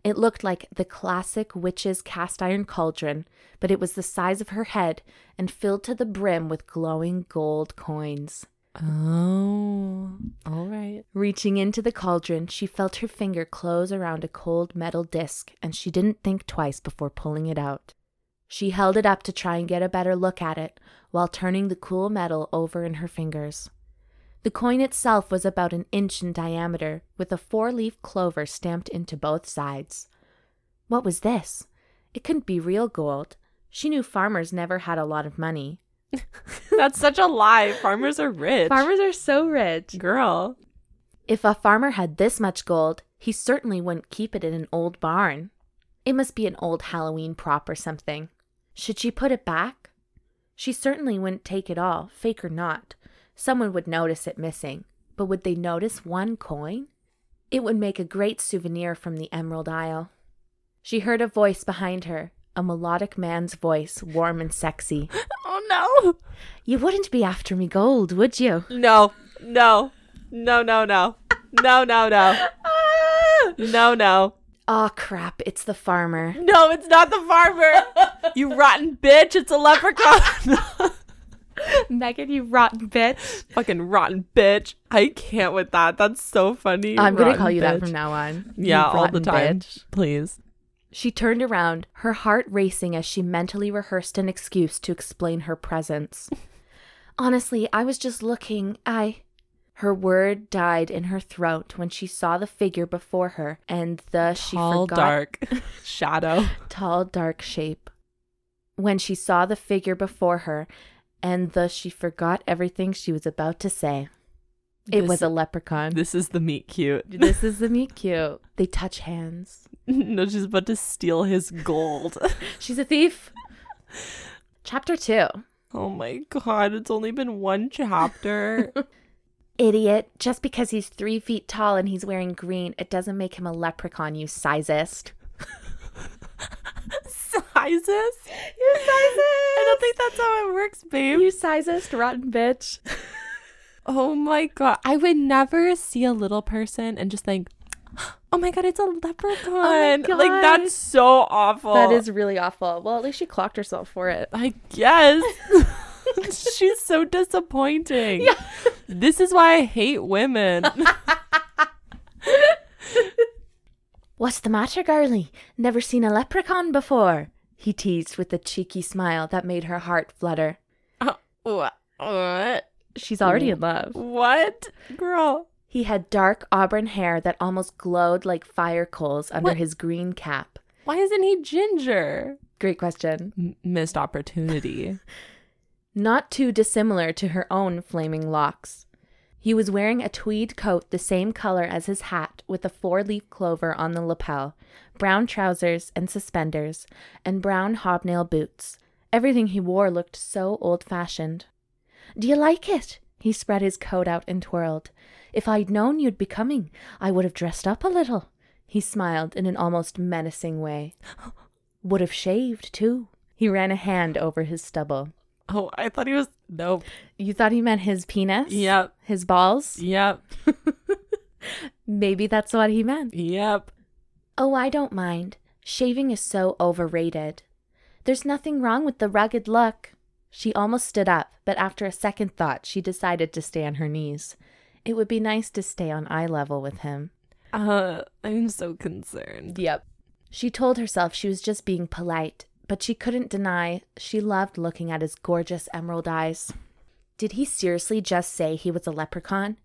[SPEAKER 2] It looked like the classic witch's cast iron cauldron, but it was the size of her head and filled to the brim with glowing gold coins.
[SPEAKER 1] oh. All right.
[SPEAKER 2] Reaching into the cauldron, she felt her finger close around a cold metal disc, and she didn't think twice before pulling it out. She held it up to try and get a better look at it while turning the cool metal over in her fingers. The coin itself was about an inch in diameter, with a four leaf clover stamped into both sides. What was this? It couldn't be real gold. She knew farmers never had a lot of money.
[SPEAKER 1] That's such a lie. Farmers are rich.
[SPEAKER 2] Farmers are so rich.
[SPEAKER 1] Girl.
[SPEAKER 2] If a farmer had this much gold, he certainly wouldn't keep it in an old barn. It must be an old Halloween prop or something. Should she put it back? She certainly wouldn't take it all, fake or not. Someone would notice it missing, but would they notice one coin? It would make a great souvenir from the Emerald Isle. She heard a voice behind her, a melodic man's voice, warm and sexy. [gasps]
[SPEAKER 1] Oh don't know.
[SPEAKER 2] You wouldn't be after me gold, would you?
[SPEAKER 1] No, no, no, no, no, no, no, no, no, no.
[SPEAKER 2] Oh crap, it's the farmer.
[SPEAKER 1] No, it's not the farmer. You rotten bitch. It's a leprechaun. [laughs]
[SPEAKER 2] Megan, you rotten bitch.
[SPEAKER 1] Fucking rotten bitch. I can't with that. That's so funny.
[SPEAKER 2] I'm gonna
[SPEAKER 1] Rotten
[SPEAKER 2] call you that
[SPEAKER 1] bitch.
[SPEAKER 2] from now on. You
[SPEAKER 1] Yeah, all the
[SPEAKER 2] rotten
[SPEAKER 1] time.
[SPEAKER 2] bitch.
[SPEAKER 1] Please.
[SPEAKER 2] She turned around, her heart racing as she mentally rehearsed an excuse to explain her presence. [laughs] Honestly, I was just looking. I. Her word died in her throat when she saw the figure before her and the she
[SPEAKER 1] Tall,
[SPEAKER 2] forgot [laughs]
[SPEAKER 1] dark shadow.
[SPEAKER 2] tall dark shape. When she saw the figure before her and the she forgot everything she was about to say. It
[SPEAKER 1] This-
[SPEAKER 2] was a leprechaun.
[SPEAKER 1] This is the meat cute.
[SPEAKER 2] [laughs] this is the meet cute. They touch hands.
[SPEAKER 1] [laughs] no, she's about to steal his gold. [laughs]
[SPEAKER 2] She's a thief. Chapter 2.
[SPEAKER 1] oh my god, it's only been one
[SPEAKER 2] [laughs]
[SPEAKER 1] chapter.
[SPEAKER 2] Idiot. Just because he's three feet tall and he's wearing green, it doesn't make him a leprechaun, you sizest.
[SPEAKER 1] sizes? You sizes? I don't think that's how it works, babe.
[SPEAKER 2] sizest rotten bitch.
[SPEAKER 1] oh my god. I would never see a little person and just think, [gasps] oh my god, it's a leprechaun. Like,
[SPEAKER 2] God.
[SPEAKER 1] that's so awful.
[SPEAKER 2] That is really awful. Well, at least she clocked herself for it.
[SPEAKER 1] I [laughs] guess. She's so disappointing. This is why I hate [laughs] women.
[SPEAKER 2] What's the matter, girlie? Never seen a leprechaun before. He teased with a cheeky smile that made her heart flutter.
[SPEAKER 1] what?
[SPEAKER 2] She's already in love.
[SPEAKER 1] What? Girl.
[SPEAKER 2] He had dark auburn hair that almost glowed like fire coals under
[SPEAKER 1] What?
[SPEAKER 2] his green cap.
[SPEAKER 1] Why isn't he ginger?
[SPEAKER 2] Great question.
[SPEAKER 1] M- missed opportunity.
[SPEAKER 2] Not too dissimilar to her own flaming locks. He was wearing a tweed coat the same color as his hat with a four leaf clover on the lapel, brown trousers and suspenders, and brown hobnail boots. Everything he wore looked so old fashioned. Do you like it? He spread his coat out and twirled. If I'd known you'd be coming, I would have dressed up a little. He smiled in an almost menacing way. Would have shaved, too. He ran a hand over his stubble.
[SPEAKER 1] [laughs] oh, I thought he was. Nope.
[SPEAKER 2] You thought he meant his penis?
[SPEAKER 1] Yep. [laughs]
[SPEAKER 2] His balls?
[SPEAKER 1] Yep.
[SPEAKER 2] Maybe that's what he meant.
[SPEAKER 1] Yep.
[SPEAKER 2] Oh, I don't mind. Shaving is so overrated. There's nothing wrong with the rugged look. She almost stood up, but after a second thought, she decided to stay on her knees. It would be nice to stay on eye level with him.
[SPEAKER 1] Uh, I'm so concerned.
[SPEAKER 2] Yep. She told herself she was just being polite, but she couldn't deny she loved looking at his gorgeous emerald eyes. Did he seriously just say he was a leprechaun?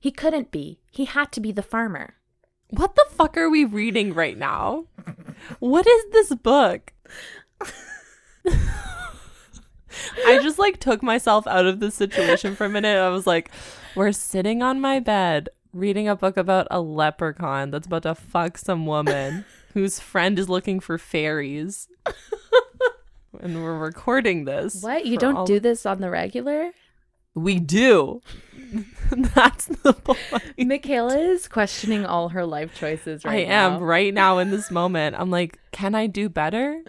[SPEAKER 2] He couldn't be. He had to be the farmer.
[SPEAKER 1] What the fuck are we reading right now? What is this book? I just like took myself out of the situation for a minute. I was like, we're sitting on my bed reading a book about a leprechaun that's about to fuck some woman whose friend is looking for fairies. and we're recording this.
[SPEAKER 2] What? You
[SPEAKER 1] for
[SPEAKER 2] don't
[SPEAKER 1] all-
[SPEAKER 2] do this on the [laughs] regular?
[SPEAKER 1] We do. [laughs] that's the point.
[SPEAKER 2] Michaela is questioning all her life choices
[SPEAKER 1] I
[SPEAKER 2] right
[SPEAKER 1] am
[SPEAKER 2] now.
[SPEAKER 1] right now in
[SPEAKER 2] [laughs]
[SPEAKER 1] this moment. I'm like, can I do better?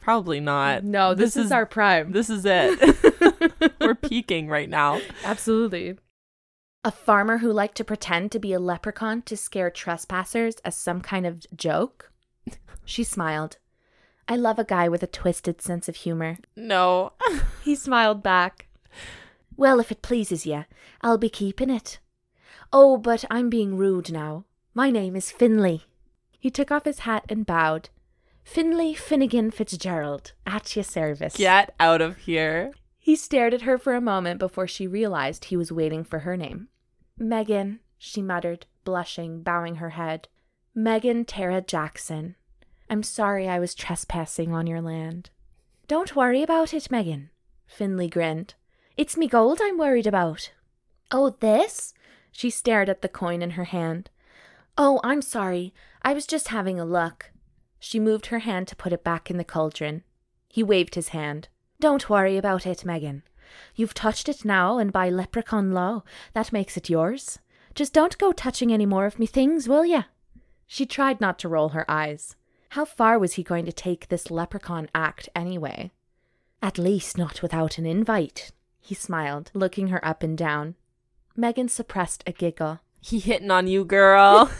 [SPEAKER 1] Probably not.
[SPEAKER 2] No, this, is, our prime.
[SPEAKER 1] this is
[SPEAKER 2] [laughs]
[SPEAKER 1] it. [laughs] We're peaking right now.
[SPEAKER 2] Absolutely. A farmer who liked to pretend to be a leprechaun to scare trespassers as some kind of [laughs] joke? She smiled. I love a guy with a twisted sense of humor.
[SPEAKER 1] No.
[SPEAKER 2] He smiled back. Well, if it pleases you, I'll be keeping it. Oh, but I'm being rude now. My name is Finley. He took off his hat and bowed. Finley Finnegan Fitzgerald, at your service.
[SPEAKER 1] Get out of here.
[SPEAKER 2] He stared at her for a moment before she realized he was waiting for her name. Megan, she muttered, blushing, bowing her head. Megan Tara Jackson. I'm sorry I was trespassing on your land. Don't worry about it, Megan. Finley grinned. It's me gold I'm worried about. Oh, this? She stared at the coin in her hand. Oh, I'm sorry. I was just having a look. She moved her hand to put it back in the cauldron. He waved his hand. Don't worry about it, Megan. You've touched it now, and by leprechaun law, that makes it yours. Just don't go touching any more of me things, will ya? She tried not to roll her eyes. How far was he going to take this leprechaun act anyway? At least not without an invite. He smiled, looking her up and down. Megan suppressed a giggle.
[SPEAKER 1] He hitting on you, girl.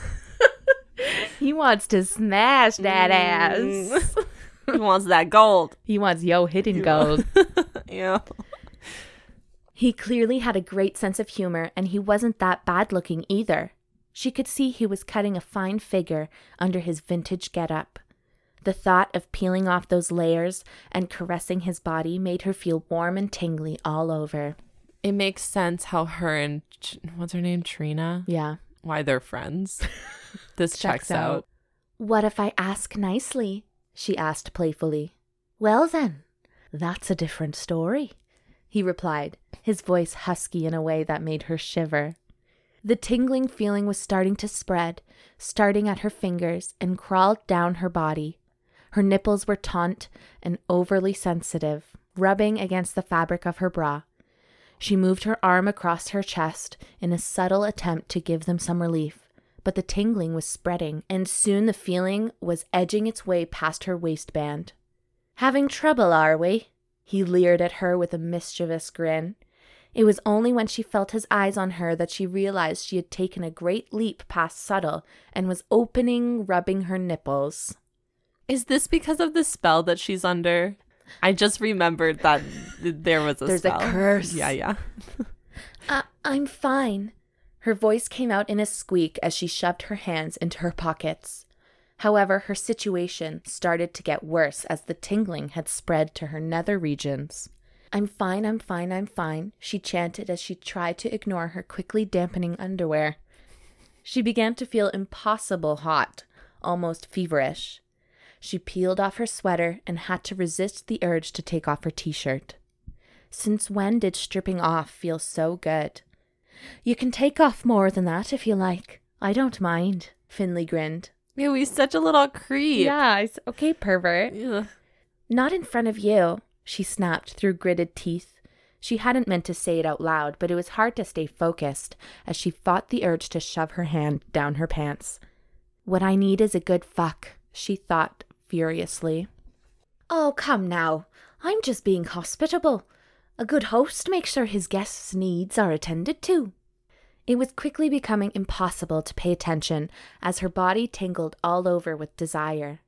[SPEAKER 2] He wants to smash [laughs] that
[SPEAKER 1] Mm.
[SPEAKER 2] ass.
[SPEAKER 1] [laughs] he wants that gold. [laughs]
[SPEAKER 2] He wants yo hidden gold.
[SPEAKER 1] Yeah.
[SPEAKER 2] He clearly had a great sense of humor, and he wasn't that bad looking either. She could see he was cutting a fine figure under his vintage getup. The thought of peeling off those layers and caressing his body made her feel warm and tingly all over.
[SPEAKER 1] It makes sense how her and Ch- what's her name, Trina,
[SPEAKER 2] Yeah.
[SPEAKER 1] why they're
[SPEAKER 2] [laughs]
[SPEAKER 1] friends. This checks,
[SPEAKER 2] Checks
[SPEAKER 1] out.
[SPEAKER 2] out. What if I ask nicely? she asked playfully. Well, then, that's a different story, he replied, his voice husky in a way that made her shiver. The tingling feeling was starting to spread, starting at her fingers and crawled down her body. Her nipples were taut and overly sensitive, rubbing against the fabric of her bra. She moved her arm across her chest in a subtle attempt to give them some relief, but the tingling was spreading, and soon the feeling was edging its way past her waistband. Having trouble, are we? He leered at her with a mischievous grin. It was only when she felt his eyes on her that she realized she had taken a great leap past subtle and was opening, rubbing her nipples.
[SPEAKER 1] Is this because of the spell that she's under? I just remembered that th- there was a
[SPEAKER 2] There's a
[SPEAKER 1] spell.
[SPEAKER 2] curse.
[SPEAKER 1] Yeah, yeah.
[SPEAKER 2] I- I'm fine. Her voice came out in a squeak as she shoved her hands into her pockets. However, her situation started to get worse as the tingling had spread to her nether regions. I'm fine, I'm fine, I'm fine, she chanted as she tried to ignore her quickly dampening underwear. She began to feel impossible hot, almost feverish. She peeled off her sweater and had to resist the urge to take off her t shirt. Since when did stripping off feel so good? You can take off more than that if you like. I don't mind. Finley grinned.
[SPEAKER 1] Yeah, we such a little creep.
[SPEAKER 2] Yeah, it's okay, pervert.
[SPEAKER 1] Ugh.
[SPEAKER 2] Not in front of you, she snapped through gritted teeth. She hadn't meant to say it out loud, but it was hard to stay focused as she fought the urge to shove her hand down her pants. What I need is a good fuck, she thought furiously. Oh, come now. I'm just being hospitable. A good host makes sure his guests' needs are attended to. It was quickly becoming impossible to pay attention as her body tingled all over with desire.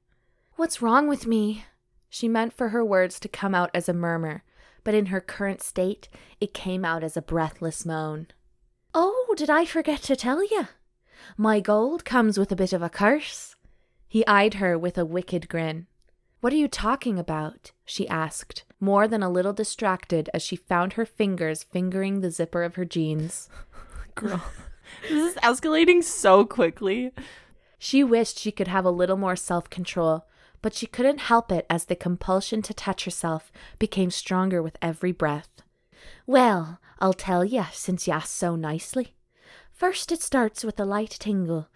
[SPEAKER 2] What's wrong with me? She meant for her words to come out as a murmur, but in her current state, it came out as a breathless moan. Oh, did I forget to tell you? My gold comes with a bit of a curse. He eyed her with a wicked grin. What are you talking about? she asked, more than a little distracted as she found her fingers fingering the zipper of her jeans.
[SPEAKER 1] [laughs] Girl. this is escalating so quickly.
[SPEAKER 2] She wished she could have a little more self control, but she couldn't help it as the compulsion to touch herself became stronger with every breath. Well, I'll tell ya, since you asked so nicely. First, it starts with a light tingle,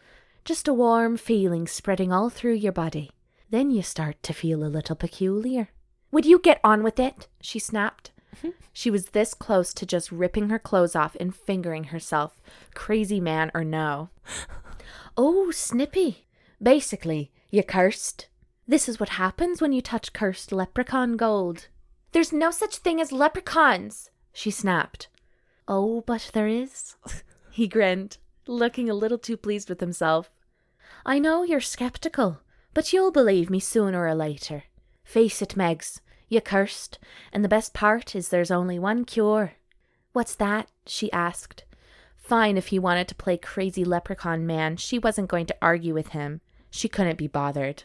[SPEAKER 2] just a warm feeling spreading all through your body. Then you start to feel a little peculiar. Would you get on with it? she snapped. She was this close to just ripping her clothes off and fingering herself, crazy man or no. Oh, snippy. Basically, you cursed. This is what happens when you touch cursed leprechaun gold. There's no such thing as leprechauns, she snapped. Oh, but there is. [laughs] he grinned, looking a little too pleased with himself. I know you're skeptical, but you'll believe me sooner or later. Face it, Megs, you cursed, and the best part is there's only one cure. What's that? she asked. Fine if he wanted to play crazy leprechaun man, she wasn't going to argue with him. She couldn't be bothered.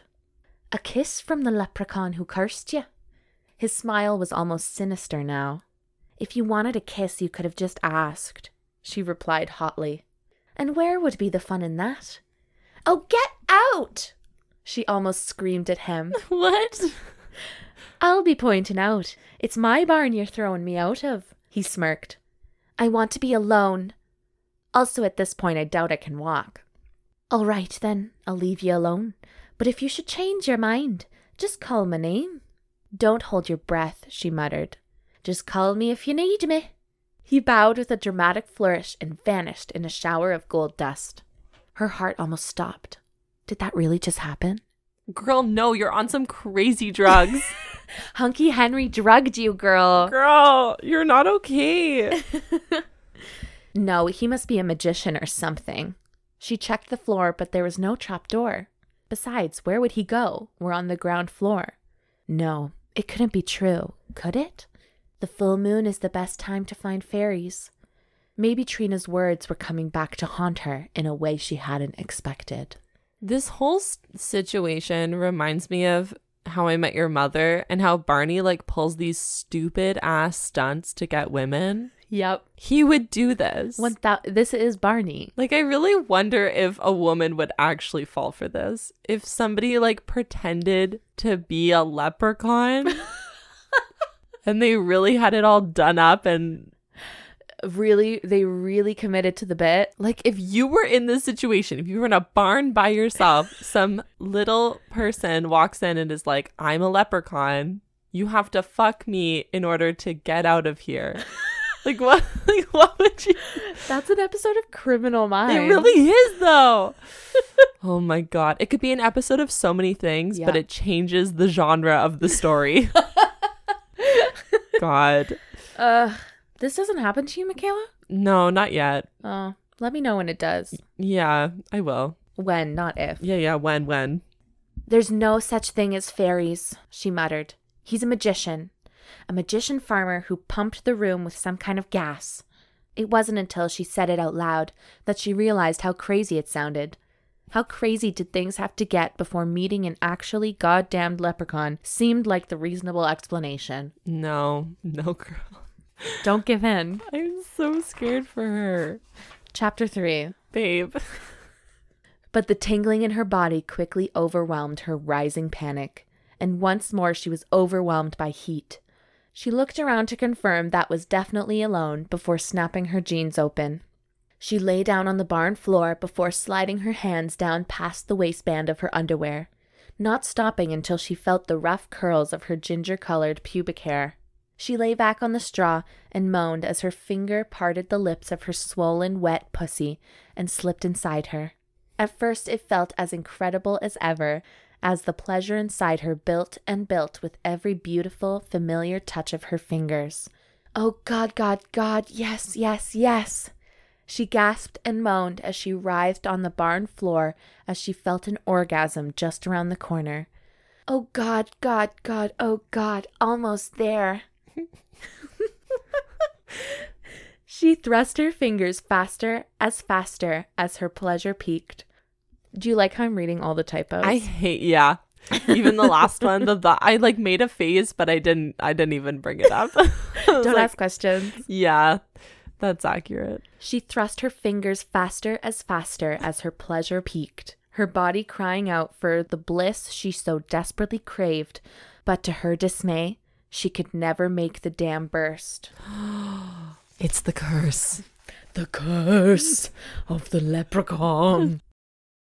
[SPEAKER 2] A kiss from the leprechaun who cursed you? His smile was almost sinister now. If you wanted a kiss, you could have just asked, she replied hotly. And where would be the fun in that? Oh, get out! She almost screamed at him.
[SPEAKER 1] What?
[SPEAKER 2] I'll be pointing out. It's my barn you're throwing me out of, he smirked. I want to be alone. Also, at this point, I doubt I can walk. All right, then, I'll leave you alone. But if you should change your mind, just call my name. Don't hold your breath, she muttered. Just call me if you need me. He bowed with a dramatic flourish and vanished in a shower of gold dust. Her heart almost stopped. Did that really just happen?
[SPEAKER 1] Girl, no, you're on some crazy [laughs] drugs.
[SPEAKER 2] Hunky Henry drugged you, girl.
[SPEAKER 1] Girl, you're not okay.
[SPEAKER 2] No, he must be a magician or something. She checked the floor, but there was no trapdoor. Besides, where would he go? We're on the ground floor. No, it couldn't be true, could it? The full moon is the best time to find fairies. Maybe Trina's words were coming back to haunt her in a way she hadn't expected.
[SPEAKER 1] [laughs] This whole s- situation reminds me of how I met your mother and how Barney like pulls these stupid ass stunts to get women.
[SPEAKER 2] Yep.
[SPEAKER 1] He would do this.
[SPEAKER 2] One thou- this is Barney.
[SPEAKER 1] Like, I really wonder if a woman would actually fall for this. If somebody like pretended to be a leprechaun and they really had it all done up. And
[SPEAKER 2] Really, they really committed to the bit.
[SPEAKER 1] like, if you were in this situation, if you were in a barn by yourself, some little person walks in and is like, I'm a leprechaun. You have to fuck me in order to get out of here. like, what, [laughs] like, what would you
[SPEAKER 2] That's an episode of Criminal Minds.
[SPEAKER 1] It really is though. oh my god. It could be an episode of so many things, but
[SPEAKER 2] Yeah.
[SPEAKER 1] it changes the genre of the story. god.
[SPEAKER 2] Uh, this doesn't happen to you, Michaela?
[SPEAKER 1] No, not yet.
[SPEAKER 2] Oh, let me know when it does.
[SPEAKER 1] Yeah, I will.
[SPEAKER 2] When, not if.
[SPEAKER 1] Yeah, yeah, when when.
[SPEAKER 2] There's no such thing as fairies, she muttered. He's a magician. A magician farmer who pumped the room with some kind of gas. It wasn't until she said it out loud that she realized how crazy it sounded. How crazy did things have to get before meeting an actually goddamned leprechaun seemed like the reasonable explanation.
[SPEAKER 1] No. No girl. [laughs]
[SPEAKER 2] Don't give in.
[SPEAKER 1] I'm so scared for her.
[SPEAKER 2] Chapter 3
[SPEAKER 1] Babe.
[SPEAKER 2] But the tingling in her body quickly overwhelmed her rising panic, and once more she was overwhelmed by heat. She looked around to confirm that was definitely alone before snapping her jeans open. She lay down on the barn floor before sliding her hands down past the waistband of her underwear, not stopping until she felt the rough curls of her ginger colored pubic hair. She lay back on the straw and moaned as her finger parted the lips of her swollen, wet pussy and slipped inside her. At first, it felt as incredible as ever as the pleasure inside her built and built with every beautiful, familiar touch of her fingers. Oh, God, God, God, yes, yes, yes! She gasped and moaned as she writhed on the barn floor as she felt an orgasm just around the corner. Oh, God, God, God, oh, God, almost there. [laughs] She thrust her fingers faster as faster as her pleasure peaked. Do you like how I'm reading all the typos?
[SPEAKER 1] I hate yeah. Even the last one, the, the I like made a face, but I didn't I didn't even bring it up. [laughs] I was
[SPEAKER 2] don't
[SPEAKER 1] like,
[SPEAKER 2] ask questions.
[SPEAKER 1] Yeah. That's accurate.
[SPEAKER 2] She thrust her fingers faster as faster as her pleasure peaked, her body crying out for the bliss she so desperately craved, but to her dismay, she could never make the dam burst.
[SPEAKER 1] It's the curse.
[SPEAKER 2] The curse of the leprechaun.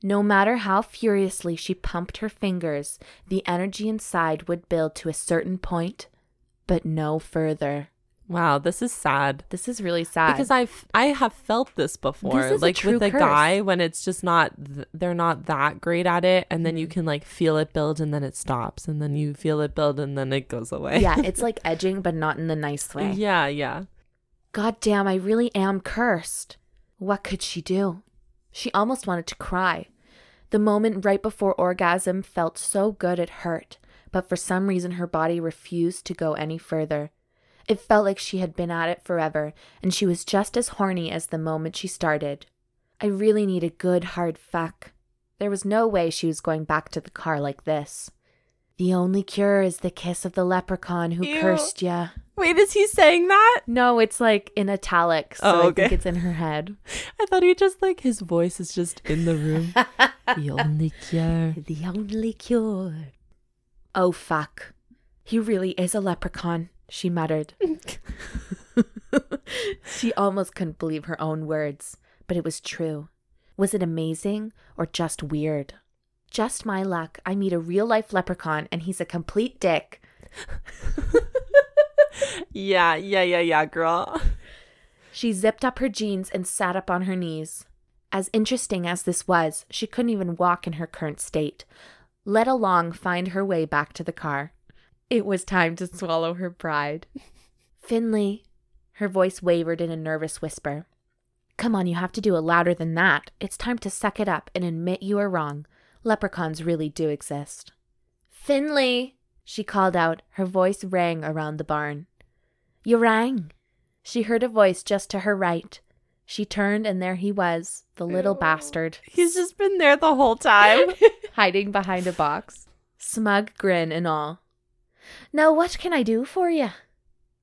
[SPEAKER 2] No matter how furiously she pumped her fingers, the energy inside would build to a certain point, but no further.
[SPEAKER 1] Wow, this is sad.
[SPEAKER 2] This is really sad.
[SPEAKER 1] because I've I have felt this before,
[SPEAKER 2] This is a
[SPEAKER 1] like
[SPEAKER 2] true
[SPEAKER 1] with a
[SPEAKER 2] curse.
[SPEAKER 1] guy when it's just not th- they're not that great at it, and then you
[SPEAKER 2] Mm-hmm.
[SPEAKER 1] can like feel it build, and then it stops, and then you feel it build, and then it goes away. [laughs]
[SPEAKER 2] yeah, it's like edging, but not in the nice way.
[SPEAKER 1] yeah, yeah.
[SPEAKER 2] God damn, I really am cursed. What could she do? She almost wanted to cry. The moment right before orgasm felt so good it hurt, but for some reason her body refused to go any further. It felt like she had been at it forever, and she was just as horny as the moment she started. I really need a good hard fuck. There was no way she was going back to the car like this. The only cure is the kiss of the leprechaun who
[SPEAKER 1] Ew.
[SPEAKER 2] cursed ya.
[SPEAKER 1] Wait, is he saying that?
[SPEAKER 2] No, it's like in italics. So
[SPEAKER 1] Oh,
[SPEAKER 2] I think
[SPEAKER 1] okay.
[SPEAKER 2] it's in her head.
[SPEAKER 1] [laughs] I thought he just like his voice is just in the
[SPEAKER 2] [laughs]
[SPEAKER 1] room. the only cure.
[SPEAKER 2] The only cure. Oh, fuck. He really is a leprechaun, she muttered. she almost couldn't believe her own words, but it was true. Was it amazing or just weird? Just my luck, I meet a real life leprechaun and he's a complete dick.
[SPEAKER 1] Yeah, yeah, yeah, yeah, girl.
[SPEAKER 2] She zipped up her jeans and sat up on her knees. As interesting as this was, she couldn't even walk in her current state, let along find her way back to the car. It was time to swallow her pride. Finley, her voice wavered in a nervous whisper. Come on, you have to do it louder than that. It's time to suck it up and admit you are wrong. Leprechauns really do exist. Finley, she called out. Her voice rang around the barn. You rang. She heard a voice just to her right. She turned, and there he was, the little
[SPEAKER 3] Ew.
[SPEAKER 2] bastard,
[SPEAKER 1] He's just been there the whole time.
[SPEAKER 2] [laughs] hiding behind a box, smug grin and all. Now, what can I do for you?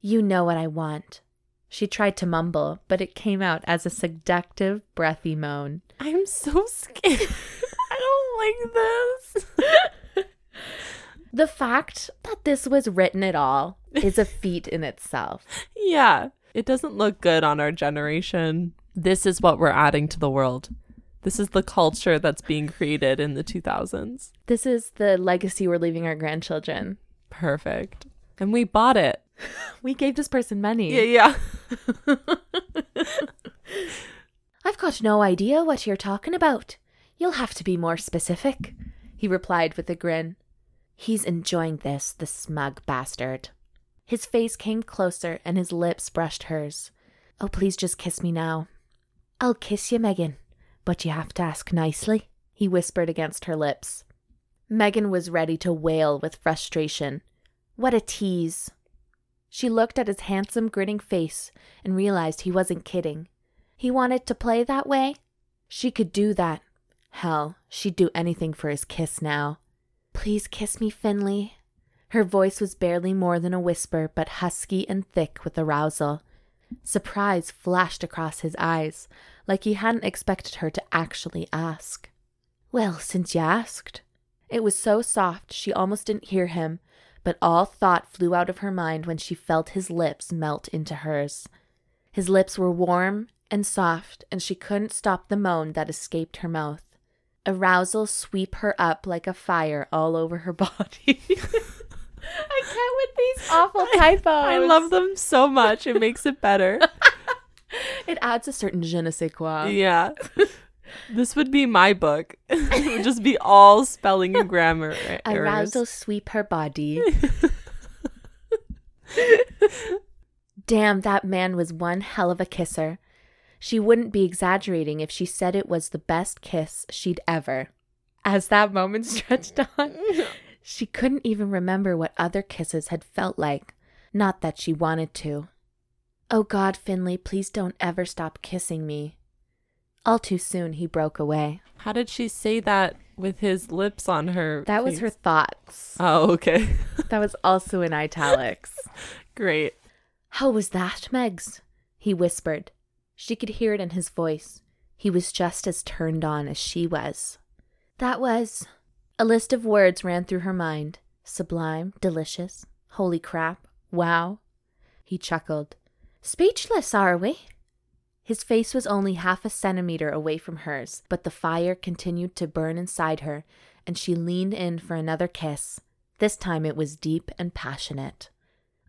[SPEAKER 2] You know what I want. She tried to mumble, but it came out as a seductive, breathy moan.
[SPEAKER 1] I'm so scared. [laughs] I don't like this.
[SPEAKER 2] The fact that this was written at all is [laughs] a feat in itself.
[SPEAKER 1] Yeah, it doesn't look good on our generation. This is what we're adding to the world. This is the culture that's being created in the 2000s.
[SPEAKER 2] This is the legacy we're leaving our grandchildren.
[SPEAKER 1] Perfect. And we bought it.
[SPEAKER 2] We gave this person money.
[SPEAKER 1] yeah.
[SPEAKER 2] I've got no idea what you're talking about. You'll have to be more specific, he replied with a grin. He's enjoying this, the smug bastard. His face came closer and his lips brushed hers. Oh, please just kiss me now. I'll kiss you, Megan, but you have to ask nicely, he whispered against her lips. Megan was ready to wail with frustration. What a tease! She looked at his handsome, grinning face and realized he wasn't kidding. He wanted to play that way? She could do that. Hell, she'd do anything for his kiss now. Please kiss me, Finley. Her voice was barely more than a whisper, but husky and thick with arousal. Surprise flashed across his eyes, like he hadn't expected her to actually ask. Well, since you asked. It was so soft she almost didn't hear him, but all thought flew out of her mind when she felt his lips melt into hers. His lips were warm and soft, and she couldn't stop the moan that escaped her mouth. Arousal sweep her up like a fire all over her [laughs] body. I can't with these awful
[SPEAKER 1] [laughs]
[SPEAKER 2] typos.
[SPEAKER 1] I love them so much. It makes it
[SPEAKER 2] [laughs]
[SPEAKER 1] better.
[SPEAKER 2] It adds a certain je ne sais quoi. [laughs]
[SPEAKER 1] yeah. This would be my book. [laughs] it would just be all spelling and
[SPEAKER 2] [laughs]
[SPEAKER 1] grammar e- errors.
[SPEAKER 2] Arousal sweep her body. Damn, that man was one hell of a kisser. She wouldn't be exaggerating if she said it was the best kiss she'd ever. As that moment [laughs] stretched on, she couldn't even remember what other kisses had felt like. Not that she wanted to. Oh God, Finley, please don't ever stop kissing me. All too soon, he broke away.
[SPEAKER 1] How did she say that with his lips on her?
[SPEAKER 2] That was her
[SPEAKER 1] face?
[SPEAKER 2] thoughts.
[SPEAKER 1] Oh, okay. [laughs]
[SPEAKER 2] That was also in italics.
[SPEAKER 1] Great.
[SPEAKER 2] How was that, Megs? he whispered. She could hear it in his voice. He was just as turned on as she was. That was. A list of words ran through her mind sublime, delicious, holy crap, wow. He chuckled. Speechless, are we? His face was only half a centimeter away from hers, but the fire continued to burn inside her, and she leaned in for another kiss. This time it was deep and passionate.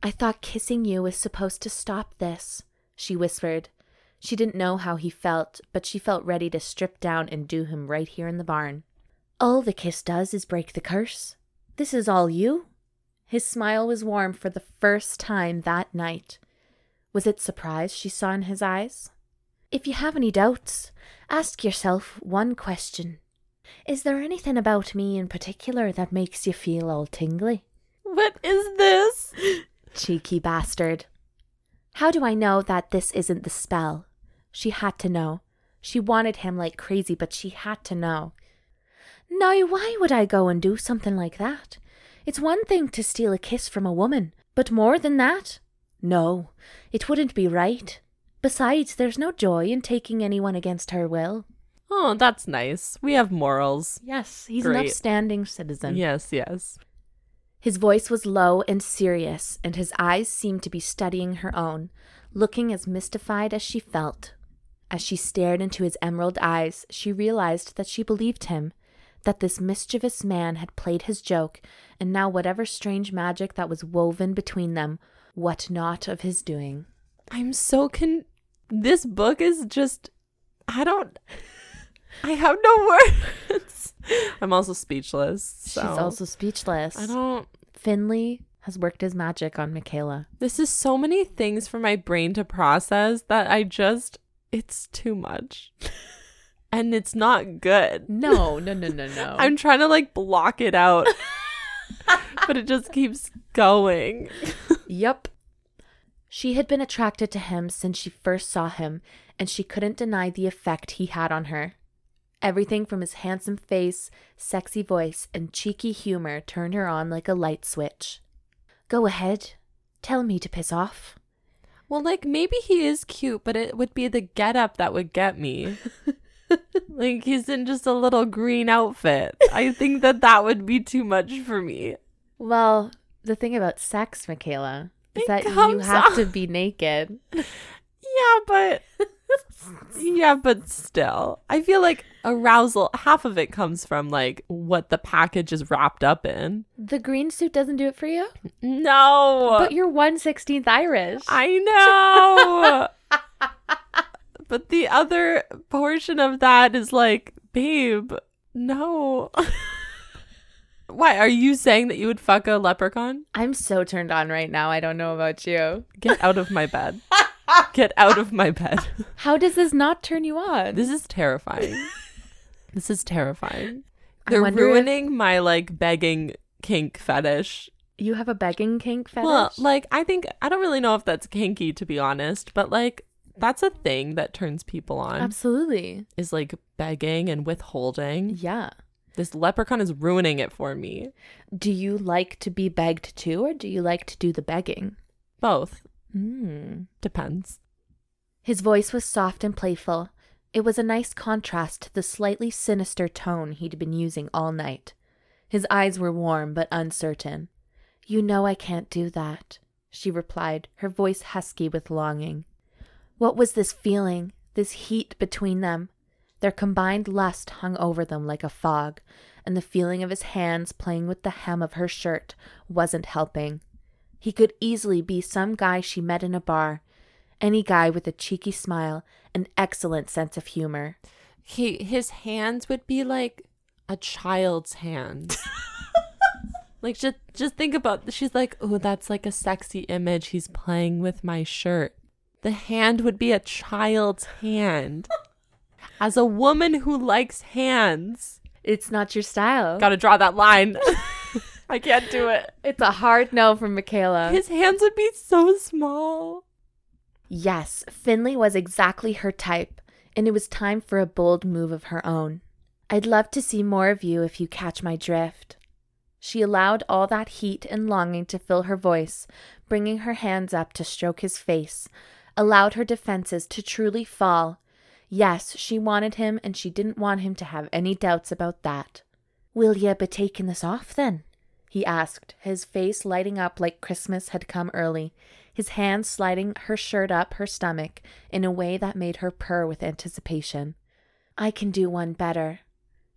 [SPEAKER 2] I thought kissing you was supposed to stop this, she whispered. She didn't know how he felt, but she felt ready to strip down and do him right here in the barn. All the kiss does is break the curse. This is all you? His smile was warm for the first time that night. Was it surprise she saw in his eyes? If you have any doubts, ask yourself one question Is there anything about me in particular that makes you feel all tingly?
[SPEAKER 1] What is this?
[SPEAKER 2] Cheeky bastard. How do I know that this isn't the spell? She had to know. She wanted him like crazy, but she had to know. Now, why would I go and do something like that? It's one thing to steal a kiss from a woman, but more than that? No, it wouldn't be right. Besides, there's no joy in taking anyone against her will.
[SPEAKER 1] Oh, that's nice. We have morals.
[SPEAKER 2] Yes, he's an
[SPEAKER 1] Great.
[SPEAKER 2] upstanding citizen.
[SPEAKER 1] Yes, yes.
[SPEAKER 2] His voice was low and serious, and his eyes seemed to be studying her own, looking as mystified as she felt. As she stared into his emerald eyes, she realized that she believed him, that this mischievous man had played his joke, and now whatever strange magic that was woven between them, what not of his doing.
[SPEAKER 1] I'm so con. This book is just. I don't. I have no [laughs] words. I'm also speechless. So.
[SPEAKER 2] She's also speechless.
[SPEAKER 1] I don't.
[SPEAKER 2] Finley has worked his magic on Michaela.
[SPEAKER 1] This is so many things for my brain to process that I just. It's too [laughs] much. and it's not good.
[SPEAKER 2] No, no, no, no, no.
[SPEAKER 1] [laughs] I'm trying to like block it [laughs] out, but it just keeps going.
[SPEAKER 2] Yep. She had been attracted to him since she first saw him, and she couldn't deny the effect he had on her. Everything from his handsome face, sexy voice, and cheeky humor turned her on like a light switch. Go ahead. Tell me to piss off.
[SPEAKER 1] Well, like maybe he is cute, but it would be the getup that would get me. like he's in just a little green outfit. I think that that would be too much for me.
[SPEAKER 2] Well, the thing about sex, Michaela, is
[SPEAKER 1] It
[SPEAKER 2] that you
[SPEAKER 1] comes
[SPEAKER 2] have to
[SPEAKER 1] off-
[SPEAKER 2] be naked.
[SPEAKER 1] Yeah, but yeah, but still, I feel like arousal. Half of it comes from like what the package is wrapped up in.
[SPEAKER 2] The green suit doesn't do it for you,
[SPEAKER 1] No,
[SPEAKER 2] but you're 116th Irish.
[SPEAKER 1] I know. but the other portion of that is like, babe, no. Why are you saying that you would fuck a leprechaun?
[SPEAKER 2] I'm so turned on right now. I don't know about you.
[SPEAKER 1] Get out of my bed. Get out of my bed.
[SPEAKER 2] How does this not turn you on?
[SPEAKER 1] This is terrifying. This is terrifying.
[SPEAKER 2] I
[SPEAKER 1] They're
[SPEAKER 2] wonder if-
[SPEAKER 1] ruining my like begging kink fetish.
[SPEAKER 2] You have a begging kink fetish?
[SPEAKER 1] Well, like I think I don't really know if that's kinky to be honest, but like that's a thing that turns people on.
[SPEAKER 2] Absolutely.
[SPEAKER 1] is like begging and withholding.
[SPEAKER 2] Yeah.
[SPEAKER 1] This leprechaun is ruining it for me.
[SPEAKER 2] Do you like to be begged to, or do you like to do the begging?
[SPEAKER 1] Both
[SPEAKER 2] Hmm.
[SPEAKER 1] depends.
[SPEAKER 2] His voice was soft and playful. It was a nice contrast to the slightly sinister tone he'd been using all night. His eyes were warm but uncertain. You know I can't do that, she replied, her voice husky with longing. What was this feeling, this heat between them? Their combined lust hung over them like a fog, and the feeling of his hands playing with the hem of her shirt wasn't helping. He could easily be some guy she met in a bar, any guy with a cheeky smile, an excellent sense of humor.
[SPEAKER 1] He his hands would be like a child's [laughs] hands. like just just think about she's like, "Oh, that's like a sexy image. He's playing with my shirt." The hand would be a child's [laughs] hand. As a woman who likes hands,
[SPEAKER 2] It's not your style.
[SPEAKER 1] got to draw that line. [laughs] I can't do it.
[SPEAKER 2] It's a hard no from Michaela.
[SPEAKER 1] His hands would be so small.
[SPEAKER 2] Yes, Finley was exactly her type, and it was time for a bold move of her own. I'd love to see more of you if you catch my drift. She allowed all that heat and longing to fill her voice, bringing her hands up to stroke his face, allowed her defenses to truly fall. Yes, she wanted him, and she didn't want him to have any doubts about that. Will ye be taking this off then? he asked, his face lighting up like Christmas had come early, his hand sliding her shirt up her stomach in a way that made her purr with anticipation. I can do one better.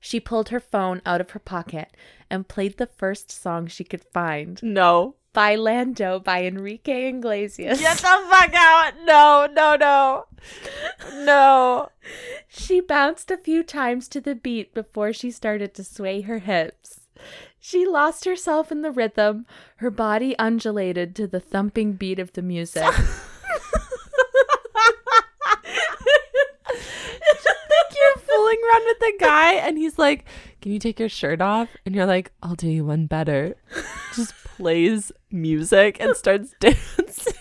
[SPEAKER 2] She pulled her phone out of her pocket and played the first song she could find
[SPEAKER 1] No.
[SPEAKER 2] by Lando by Enrique Iglesias.
[SPEAKER 1] Get the fuck out. No, no, no. No.
[SPEAKER 2] She bounced a few times to the beat before she started to sway her hips. She lost herself in the rhythm, her body undulated to the thumping beat of the music.
[SPEAKER 1] Like you're fooling around with the guy and he's like, Can you take your shirt off? And you're like, I'll do you one better. Just plays music and starts [laughs] dancing.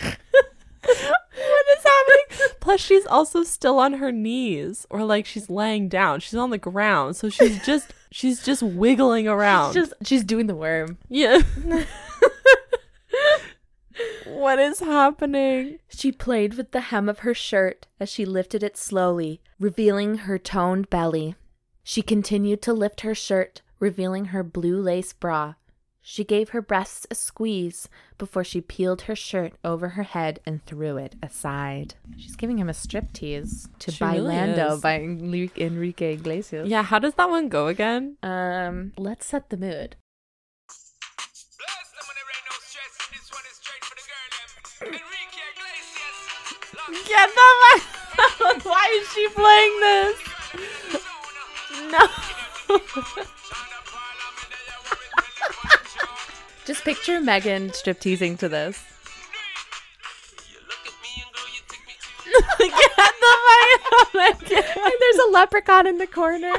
[SPEAKER 1] what is happening? Plus, she's also still on her knees or like she's laying down. She's on the ground. So she's just, she's just wiggling around.
[SPEAKER 2] She's just she's doing the worm.
[SPEAKER 1] Yeah. [laughs] what is happening?
[SPEAKER 2] She played with the hem of her shirt as she lifted it slowly, revealing her toned belly. She continued to lift her shirt, revealing her blue lace bra. She gave her breasts a squeeze before she peeled her shirt over her head and threw it aside. She's giving him a striptease to
[SPEAKER 1] She really
[SPEAKER 2] Bailando
[SPEAKER 1] is.
[SPEAKER 2] by Enri- Enrique Iglesias.
[SPEAKER 1] Yeah, how does that one go again?
[SPEAKER 2] [laughs] Um, let's set the mood.
[SPEAKER 4] Bless them when there ain't no stress. This one is straight for the girl, them. Enrique Iglesias. Lock
[SPEAKER 2] [laughs]
[SPEAKER 1] Get the fuck Why is she playing this?
[SPEAKER 2] No. [laughs] Just picture Megan strip teasing to this. [laughs] Get the and there's a leprechaun in the corner.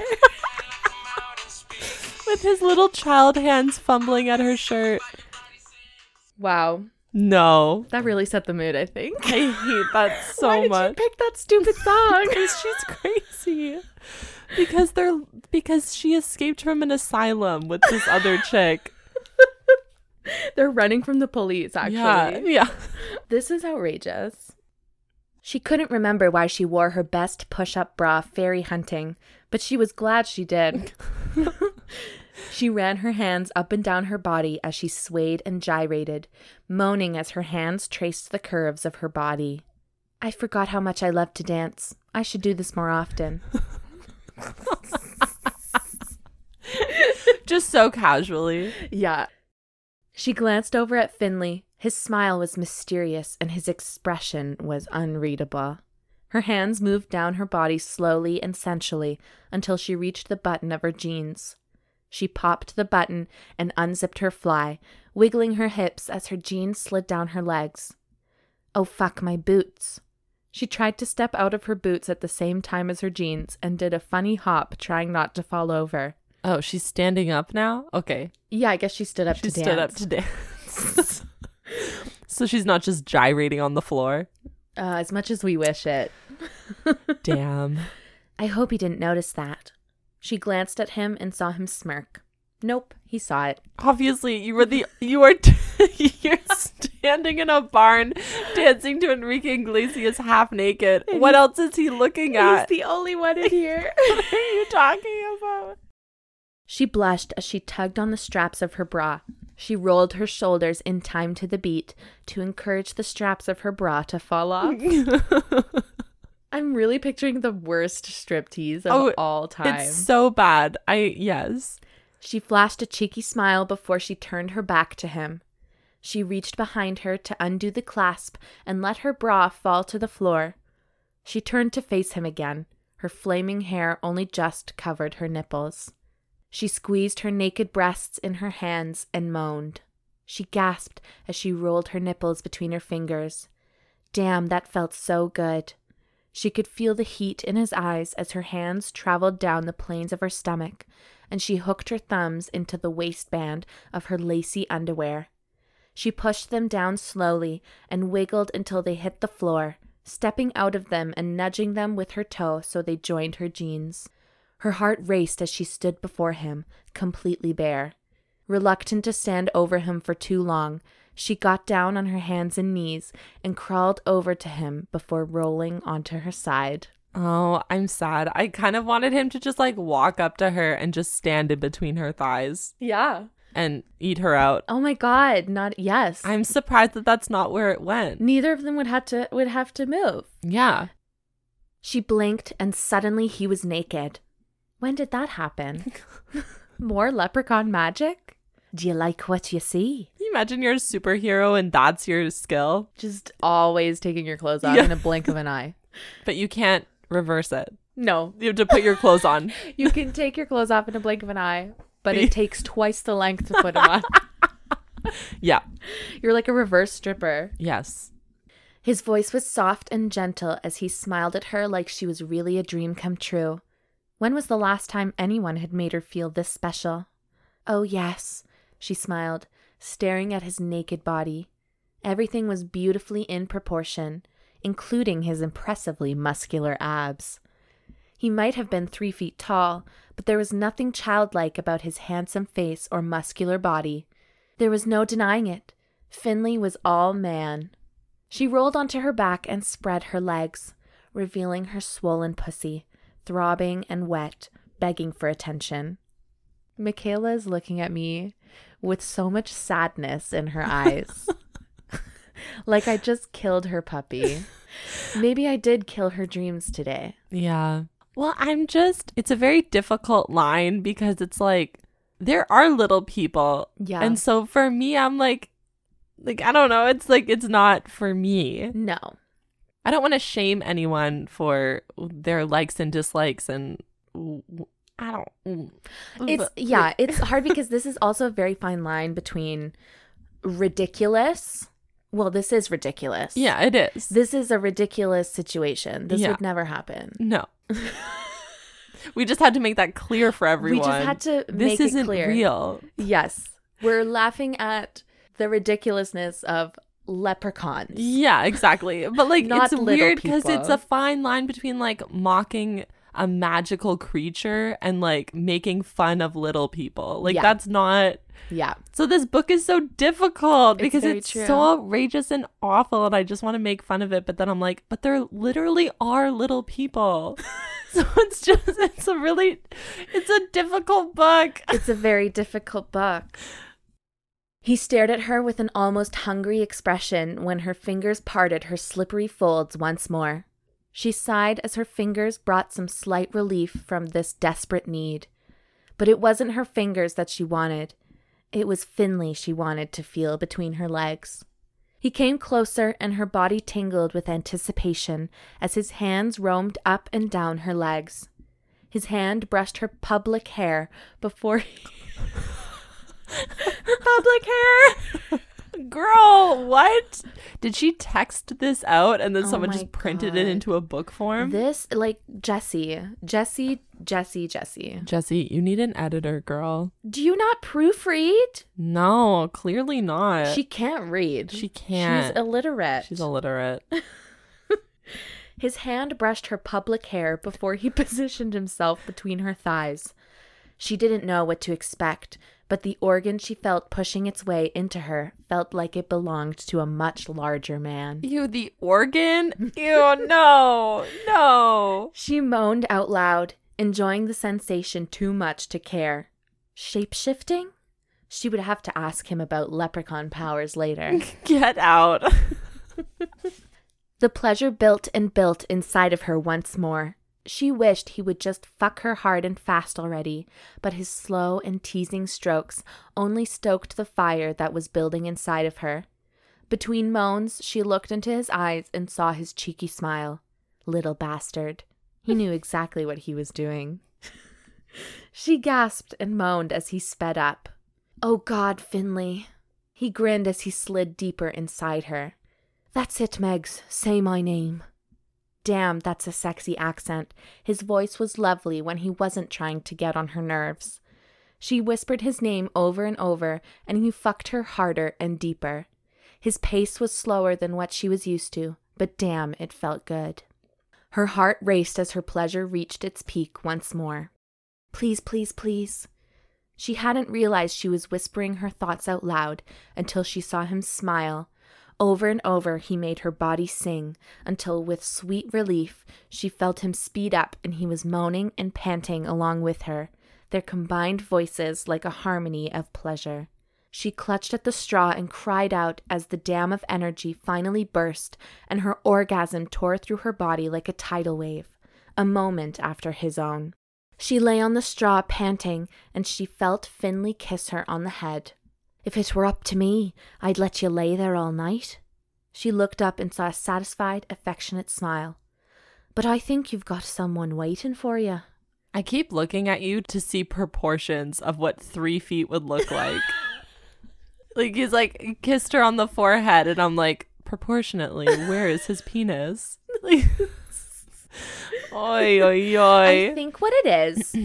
[SPEAKER 1] with his little child hands fumbling at her shirt.
[SPEAKER 2] Wow.
[SPEAKER 1] No.
[SPEAKER 2] That really set the mood, I think.
[SPEAKER 1] I hate
[SPEAKER 2] [laughs]
[SPEAKER 1] that so
[SPEAKER 2] Why did
[SPEAKER 1] much.
[SPEAKER 2] you pick that stupid [laughs] song?
[SPEAKER 1] [laughs] because she's crazy. Because they're because she escaped from an asylum with this
[SPEAKER 2] [laughs]
[SPEAKER 1] other chick.
[SPEAKER 2] They're running from the police, actually.
[SPEAKER 1] Yeah.
[SPEAKER 2] This is outrageous. She couldn't remember why she wore her best push up bra fairy hunting, but she was glad she did. she ran her hands up and down her body as she swayed and gyrated, moaning as her hands traced the curves of her body. I forgot how much I love to dance. I should do this more often.
[SPEAKER 1] Yeah. [laughs] Just so casually.
[SPEAKER 2] Yeah. She glanced over at Finley. His smile was mysterious and his expression was unreadable. Her hands moved down her body slowly and sensually until she reached the button of her jeans. She popped the button and unzipped her fly, wiggling her hips as her jeans slid down her legs. Oh fuck, my boots. She tried to step out of her boots at the same time as her jeans and did a funny hop, trying not to fall over.
[SPEAKER 1] Oh, she's standing up now? Okay.
[SPEAKER 2] Yeah, I guess she stood up
[SPEAKER 1] She
[SPEAKER 2] to dance.
[SPEAKER 1] stood up to dance. [laughs] so she's not just gyrating on the floor.
[SPEAKER 2] [laughs] Uh, as much as we wish it.
[SPEAKER 1] Damn.
[SPEAKER 2] I hope he didn't notice that. She glanced at him and saw him smirk. Nope, he saw it.
[SPEAKER 1] Obviously, you were the you are t- [laughs] you're standing in a barn dancing to Enrique Iglesias half naked. What else is he looking at? [laughs]
[SPEAKER 2] the only one in here.
[SPEAKER 1] what are you talking about?
[SPEAKER 2] [laughs] she blushed as she tugged on the straps of her bra. She rolled her shoulders in time to the beat to encourage the straps of her bra to
[SPEAKER 1] [laughs]
[SPEAKER 2] fall off. I'm really picturing the worst striptease of
[SPEAKER 1] Oh,
[SPEAKER 2] all time.
[SPEAKER 1] It's so bad. I yes.
[SPEAKER 2] She flashed a cheeky smile before she turned her back to him. She reached behind her to undo the clasp and let her bra fall to the floor. She turned to face him again. Her flaming hair only just covered her nipples. She squeezed her naked breasts in her hands and moaned. She gasped as she rolled her nipples between her fingers. Damn, that felt so good. She could feel the heat in his eyes as her hands traveled down the planes of her stomach, and she hooked her thumbs into the waistband of her lacy underwear. She pushed them down slowly and wiggled until they hit the floor, stepping out of them and nudging them with her toe so they joined her jeans. Her heart raced as she stood before him, completely bare. Reluctant to stand over him for too long, she got down on her hands and knees and crawled over to him before rolling onto her side.
[SPEAKER 1] Oh, I'm sad. I kind of wanted him to just like walk up to her and just stand in between her thighs
[SPEAKER 2] Yeah.
[SPEAKER 1] and eat her out.
[SPEAKER 2] Oh my god, not yes.
[SPEAKER 1] I'm surprised that that's not where it went.
[SPEAKER 2] Neither of them would have to would have to move.
[SPEAKER 1] Yeah.
[SPEAKER 2] She blinked and suddenly he was naked. When did that [laughs] happen? More leprechaun magic? Do you like what you see?
[SPEAKER 1] Can you imagine you're a superhero and that's your skill,
[SPEAKER 2] Just always taking your clothes off
[SPEAKER 1] Yeah.
[SPEAKER 2] in a blink of an eye.
[SPEAKER 1] but you can't reverse it.
[SPEAKER 2] [laughs] No,
[SPEAKER 1] You have to put your clothes [laughs] on.
[SPEAKER 2] you can take your clothes off in a blink of an eye, but it takes twice the length to put them [laughs] on.
[SPEAKER 1] Yeah.
[SPEAKER 2] You're like a reverse stripper.
[SPEAKER 1] Yes.
[SPEAKER 2] His voice was soft and gentle as he smiled at her like she was really a dream come true. When was the last time anyone had made her feel this special? Oh, yes, she smiled, staring at his naked body. Everything was beautifully in proportion, including his impressively muscular abs. He might have been three feet tall, but there was nothing childlike about his handsome face or muscular body. There was no denying it. Finley was all man. She rolled onto her back and spread her legs, revealing her swollen pussy, throbbing and wet, begging for attention. Michaela is looking at me with so much sadness in her eyes. like I just killed her puppy. Maybe I did kill her dreams today.
[SPEAKER 1] Yeah. Well, I'm just, it's a very difficult line because it's like, there are little people.
[SPEAKER 2] Yeah.
[SPEAKER 1] And so for me, I'm like, like, I don't know. It's like, it's not for me.
[SPEAKER 2] No.
[SPEAKER 1] I don't want to shame anyone for their likes and dislikes, and I don't. mm.
[SPEAKER 2] It's yeah, it's hard because this is also a very fine line between ridiculous. Well, this is ridiculous.
[SPEAKER 1] yeah, it is.
[SPEAKER 2] This is a ridiculous situation. This
[SPEAKER 1] Yeah.
[SPEAKER 2] would never happen.
[SPEAKER 1] no, [laughs] we just had to make that clear for everyone.
[SPEAKER 2] We just had to
[SPEAKER 1] This
[SPEAKER 2] make
[SPEAKER 1] isn't
[SPEAKER 2] it clear.
[SPEAKER 1] real.
[SPEAKER 2] Yes. We're laughing at the ridiculousness of leprechauns.
[SPEAKER 1] Yeah, exactly. But like,
[SPEAKER 2] Not
[SPEAKER 1] it's
[SPEAKER 2] little
[SPEAKER 1] weird because it's
[SPEAKER 2] people.
[SPEAKER 1] a fine line between like mocking a magical creature and like making fun of little people. Like,
[SPEAKER 2] Yeah.
[SPEAKER 1] that's not.
[SPEAKER 2] Yeah.
[SPEAKER 1] So this book is so difficult
[SPEAKER 2] It's
[SPEAKER 1] because
[SPEAKER 2] very
[SPEAKER 1] it's
[SPEAKER 2] true.
[SPEAKER 1] so outrageous and awful, and I just want to make fun of it. But then I'm like, but there literally are little people. [laughs] so it's just, it's a really, it's a difficult book. [laughs]
[SPEAKER 2] It's a very difficult book. He stared at her with an almost hungry expression when her fingers parted her slippery folds once more. She sighed as her fingers brought some slight relief from this desperate need. But it wasn't her fingers that she wanted. It was Finley she wanted to feel between her legs. He came closer, and her body tingled with anticipation as his hands roamed up and down her legs. His hand brushed her public hair before he. her public hair!
[SPEAKER 1] Girl, what? Did she text this out and then
[SPEAKER 2] Oh
[SPEAKER 1] someone
[SPEAKER 2] my
[SPEAKER 1] just printed it
[SPEAKER 2] God.
[SPEAKER 1] into a book form?
[SPEAKER 2] This, like, Jesse. Jesse, Jesse, Jesse.
[SPEAKER 1] Jesse, you need an editor, girl.
[SPEAKER 2] Do you not proofread?
[SPEAKER 1] No, clearly not.
[SPEAKER 2] She can't read.
[SPEAKER 1] Uh, She can't.
[SPEAKER 2] She's illiterate.
[SPEAKER 1] She's illiterate.
[SPEAKER 2] His hand brushed her public hair before he [laughs] positioned himself between her thighs. She didn't know what to expect, but the organ she felt pushing its way into her felt like it belonged to a much larger man.
[SPEAKER 1] Ew, the organ? Ew, no, no.
[SPEAKER 2] She moaned out loud, enjoying the sensation too much to care. Shapeshifting? She would have to ask him about leprechaun powers later.
[SPEAKER 1] Get out. [laughs]
[SPEAKER 2] The pleasure built and built inside of her once more. She wished he would just fuck her hard and fast already, but his slow and teasing strokes only stoked the fire that was building inside of her. Between moans, she looked into his eyes and saw his cheeky smile. Little bastard. He knew exactly what he was doing. she gasped and moaned as he sped up. Oh God, Finley. He grinned as he slid deeper inside her. That's it, Megs. Say my name. Damn, that's a sexy accent. His voice was lovely when he wasn't trying to get on her nerves. She whispered his name over and over, and he fucked her harder and deeper. His pace was slower than what she was used to, but damn, it felt good. Her heart raced as her pleasure reached its peak once more. Please, please, please. She hadn't realized she was whispering her thoughts out loud until she saw him smile. Over and over he made her body sing until, with sweet relief, she felt him speed up and he was moaning and panting along with her, their combined voices like a harmony of pleasure. She clutched at the straw and cried out as the dam of energy finally burst and her orgasm tore through her body like a tidal wave, a moment after his own. She lay on the straw panting, and she felt Finley kiss her on the head. If it were up to me, I'd let you lay there all night. She looked up and saw a satisfied, affectionate smile. But I think you've got someone waiting for you.
[SPEAKER 1] I keep looking at you to see proportions of what three feet would
[SPEAKER 2] [laughs]
[SPEAKER 1] look like. like he's like he kissed her on the forehead, and I'm like, proportionately, where is his
[SPEAKER 2] [laughs]
[SPEAKER 1] penis? Like, oi, oi,
[SPEAKER 2] I
[SPEAKER 1] oi.
[SPEAKER 2] think what it is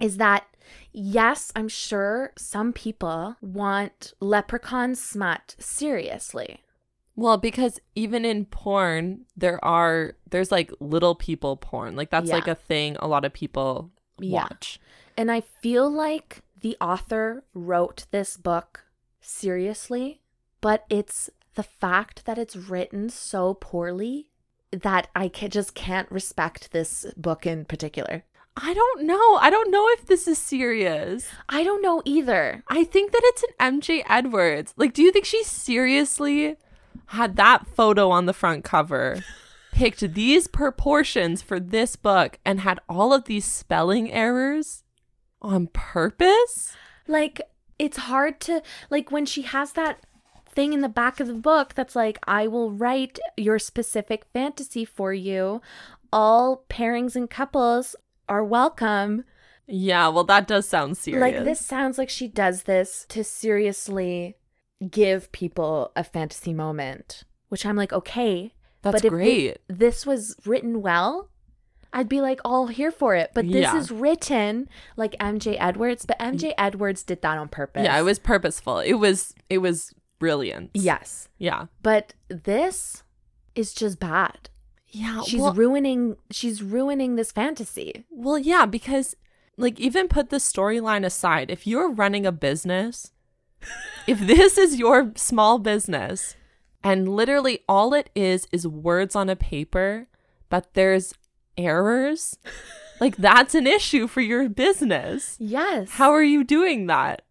[SPEAKER 2] is that yes, I'm sure some people want leprechaun smut seriously.
[SPEAKER 1] well, because even in porn, there are there's like little people porn. Like that's
[SPEAKER 2] Yeah.
[SPEAKER 1] like a thing a lot of people
[SPEAKER 2] Yeah.
[SPEAKER 1] watch.
[SPEAKER 2] And I feel like the author wrote this book seriously, but it's the fact that it's written so poorly that I ca just can't respect this book in particular.
[SPEAKER 1] I don't know. I don't know if this is serious.
[SPEAKER 2] I don't know either.
[SPEAKER 1] I think that it's an MJ Edwards. Like, do you think she seriously had that photo on the front cover, picked these proportions for this book, and had all of these spelling errors on purpose?
[SPEAKER 2] Like, it's hard to, like, when she has that thing in the back of the book that's like, I will write your specific fantasy for you. All pairings and couples are welcome.
[SPEAKER 1] Yeah, well, that does sound serious.
[SPEAKER 2] Like, this sounds like she does this to seriously give people a fantasy moment, which I'm like, okay.
[SPEAKER 1] That's
[SPEAKER 2] but if thi-
[SPEAKER 1] great.
[SPEAKER 2] this was written well, I'd be like all here for it. But this
[SPEAKER 1] Yeah.
[SPEAKER 2] is written like MJ Edwards, but MJ Edwards did that on purpose.
[SPEAKER 1] yeah, it was purposeful. It was it was brilliant.
[SPEAKER 2] Yes.
[SPEAKER 1] Yeah.
[SPEAKER 2] But this is just bad.
[SPEAKER 1] Yeah.
[SPEAKER 2] She's
[SPEAKER 1] well,
[SPEAKER 2] ruining she's ruining this fantasy.
[SPEAKER 1] well, yeah, because like even put the storyline aside, if you're running a business, if this is your small business and literally all it is is words on a paper, but there's errors, like that's an issue for your business.
[SPEAKER 2] Yes.
[SPEAKER 1] How are you doing that?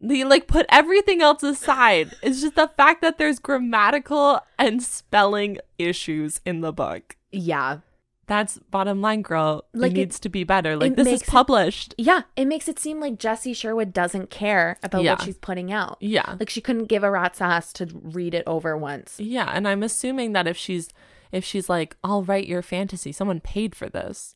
[SPEAKER 1] They like put everything else aside. It's just the fact that there's grammatical and spelling issues in the book.
[SPEAKER 2] Yeah.
[SPEAKER 1] That's bottom line, girl. it
[SPEAKER 2] Like, it-
[SPEAKER 1] needs to be better. Like
[SPEAKER 2] it
[SPEAKER 1] this is
[SPEAKER 2] makes it-
[SPEAKER 1] published.
[SPEAKER 2] Yeah. It makes it seem like Jessie Sherwood doesn't care about
[SPEAKER 1] Yeah.
[SPEAKER 2] what she's putting out.
[SPEAKER 1] Yeah.
[SPEAKER 2] Like she couldn't give a rat's ass to read it over once.
[SPEAKER 1] yeah, and I'm assuming that if she's if she's like, I'll write your fantasy, someone paid for
[SPEAKER 2] [laughs]
[SPEAKER 1] this.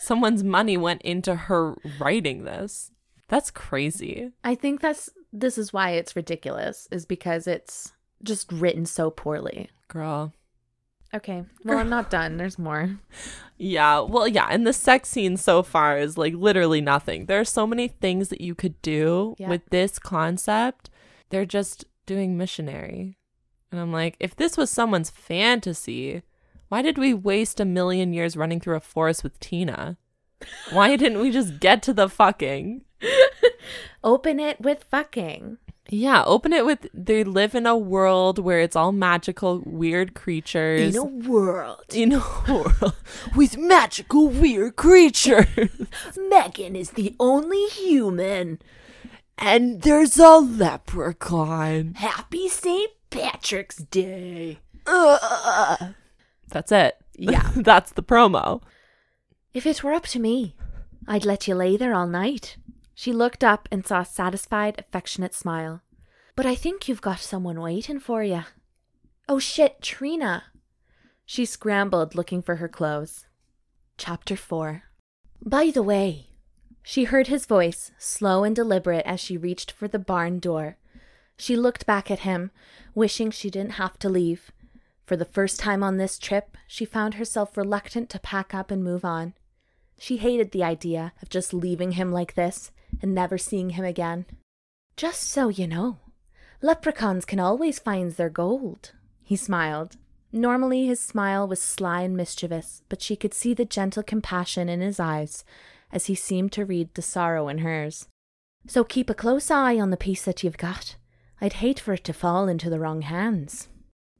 [SPEAKER 1] Someone's money went into her writing this. That's crazy.
[SPEAKER 2] I think that's this is why it's ridiculous, is because it's just written so poorly.
[SPEAKER 1] Girl.
[SPEAKER 2] Okay. Well, I'm not done. There's more.
[SPEAKER 1] Yeah, well, yeah, and the sex scene so far is like literally nothing. There are so many things that you could do
[SPEAKER 2] Yeah.
[SPEAKER 1] with this concept. They're just doing missionary. And I'm like, if this was someone's fantasy, why did we waste a million years running through a forest with Tina? Why [laughs] didn't we just get to the fucking?
[SPEAKER 2] Open it with fucking.
[SPEAKER 1] Yeah, open it with they live in a world where it's all magical, weird creatures.
[SPEAKER 2] In a world.
[SPEAKER 1] in a [laughs] world with magical, weird creatures.
[SPEAKER 2] Megan is the only human.
[SPEAKER 1] and there's a leprechaun.
[SPEAKER 2] Happy St. Patrick's Day.
[SPEAKER 1] That's it.
[SPEAKER 2] Yeah.
[SPEAKER 1] [laughs] That's the promo.
[SPEAKER 2] If it were up to me, I'd let you lay there all night. She looked up and saw a satisfied, affectionate smile. But I think you've got someone waiting for you. Oh shit, Trina. She scrambled looking for her clothes. Chapter 4 By the way, she heard his voice, slow and deliberate, as she reached for the barn door. She looked back at him, wishing she didn't have to leave. For the first time on this trip, she found herself reluctant to pack up and move on. She hated the idea of just leaving him like this and never seeing him again. Just so you know, leprechauns can always find their gold. He smiled. Normally, his smile was sly and mischievous, but she could see the gentle compassion in his eyes as he seemed to read the sorrow in hers. So keep a close eye on the piece that you've got. I'd hate for it to fall into the wrong hands.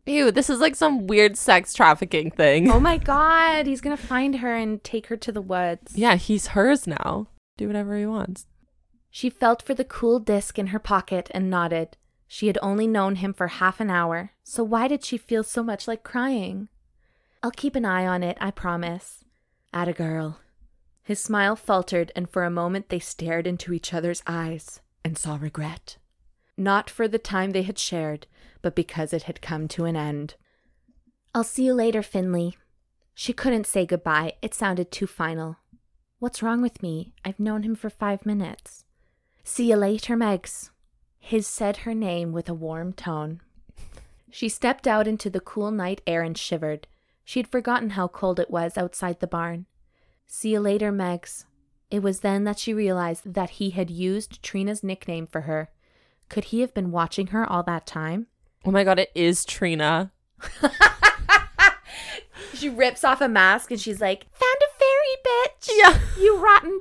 [SPEAKER 1] Ew, this is like some weird sex trafficking thing.
[SPEAKER 2] Oh my god, he's gonna find her and take her to the woods.
[SPEAKER 1] Yeah, he's hers now. Do whatever he wants.
[SPEAKER 2] She felt for the cool disc in her pocket and nodded. She had only known him for half an hour, so why did she feel so much like crying? I'll keep an eye on it, I promise. At a girl. His smile faltered, and for a moment they stared into each other's eyes and saw regret. Not for the time they had shared, but because it had come to an end. I'll see you later, Finley. She couldn't say goodbye, it sounded too final. What's wrong with me? I've known him for five minutes. See you later, Megs. His said her name with a warm tone. She stepped out into the cool night air and shivered. She had forgotten how cold it was outside the barn. See you later, Megs. It was then that she realized that he had used Trina's nickname for her. Could he have been watching her all that time?
[SPEAKER 1] Oh my god, it is Trina.
[SPEAKER 2] She rips off a mask and she's like, Found a fairy, bitch!
[SPEAKER 1] Yeah.
[SPEAKER 2] You rotten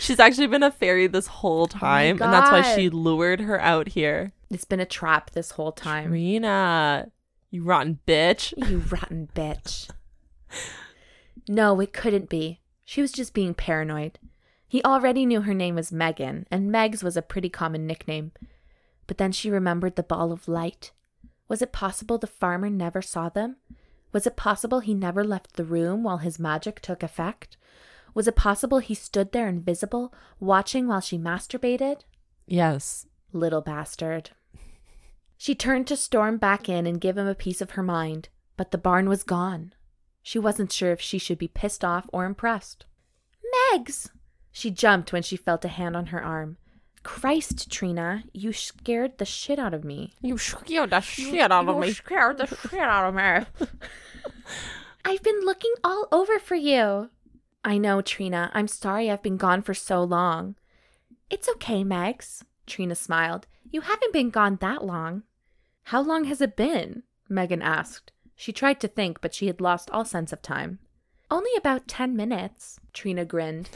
[SPEAKER 1] [laughs] She's actually been a fairy this whole time, and that's why she lured her out here.
[SPEAKER 2] It's been a trap this whole time.
[SPEAKER 1] Trina, you rotten bitch.
[SPEAKER 2] You rotten bitch. No, it couldn't be. She was just being paranoid. He already knew her name was Megan, and Megs was a pretty common nickname. But then she remembered the ball of light. Was it possible the farmer never saw them? Was it possible he never left the room while his magic took effect? Was it possible he stood there invisible, watching while she masturbated?
[SPEAKER 1] Yes.
[SPEAKER 2] Little bastard. She turned to storm back in and give him a piece of her mind, but the barn was gone. She wasn't sure if she should be pissed off or impressed. Megs! She jumped when she felt a hand on her arm. Christ, Trina, you scared the shit out of me.
[SPEAKER 1] You scared the shit out of me. [laughs]
[SPEAKER 2] scared the shit out of me. [laughs] I've been looking all over for you. I know, Trina. I'm sorry I've been gone for so long. It's okay, Megs. Trina smiled. You haven't been gone that long. How long has it been? Megan asked. She tried to think, but she had lost all sense of time. Only about ten minutes,
[SPEAKER 1] [laughs]
[SPEAKER 2] Trina grinned.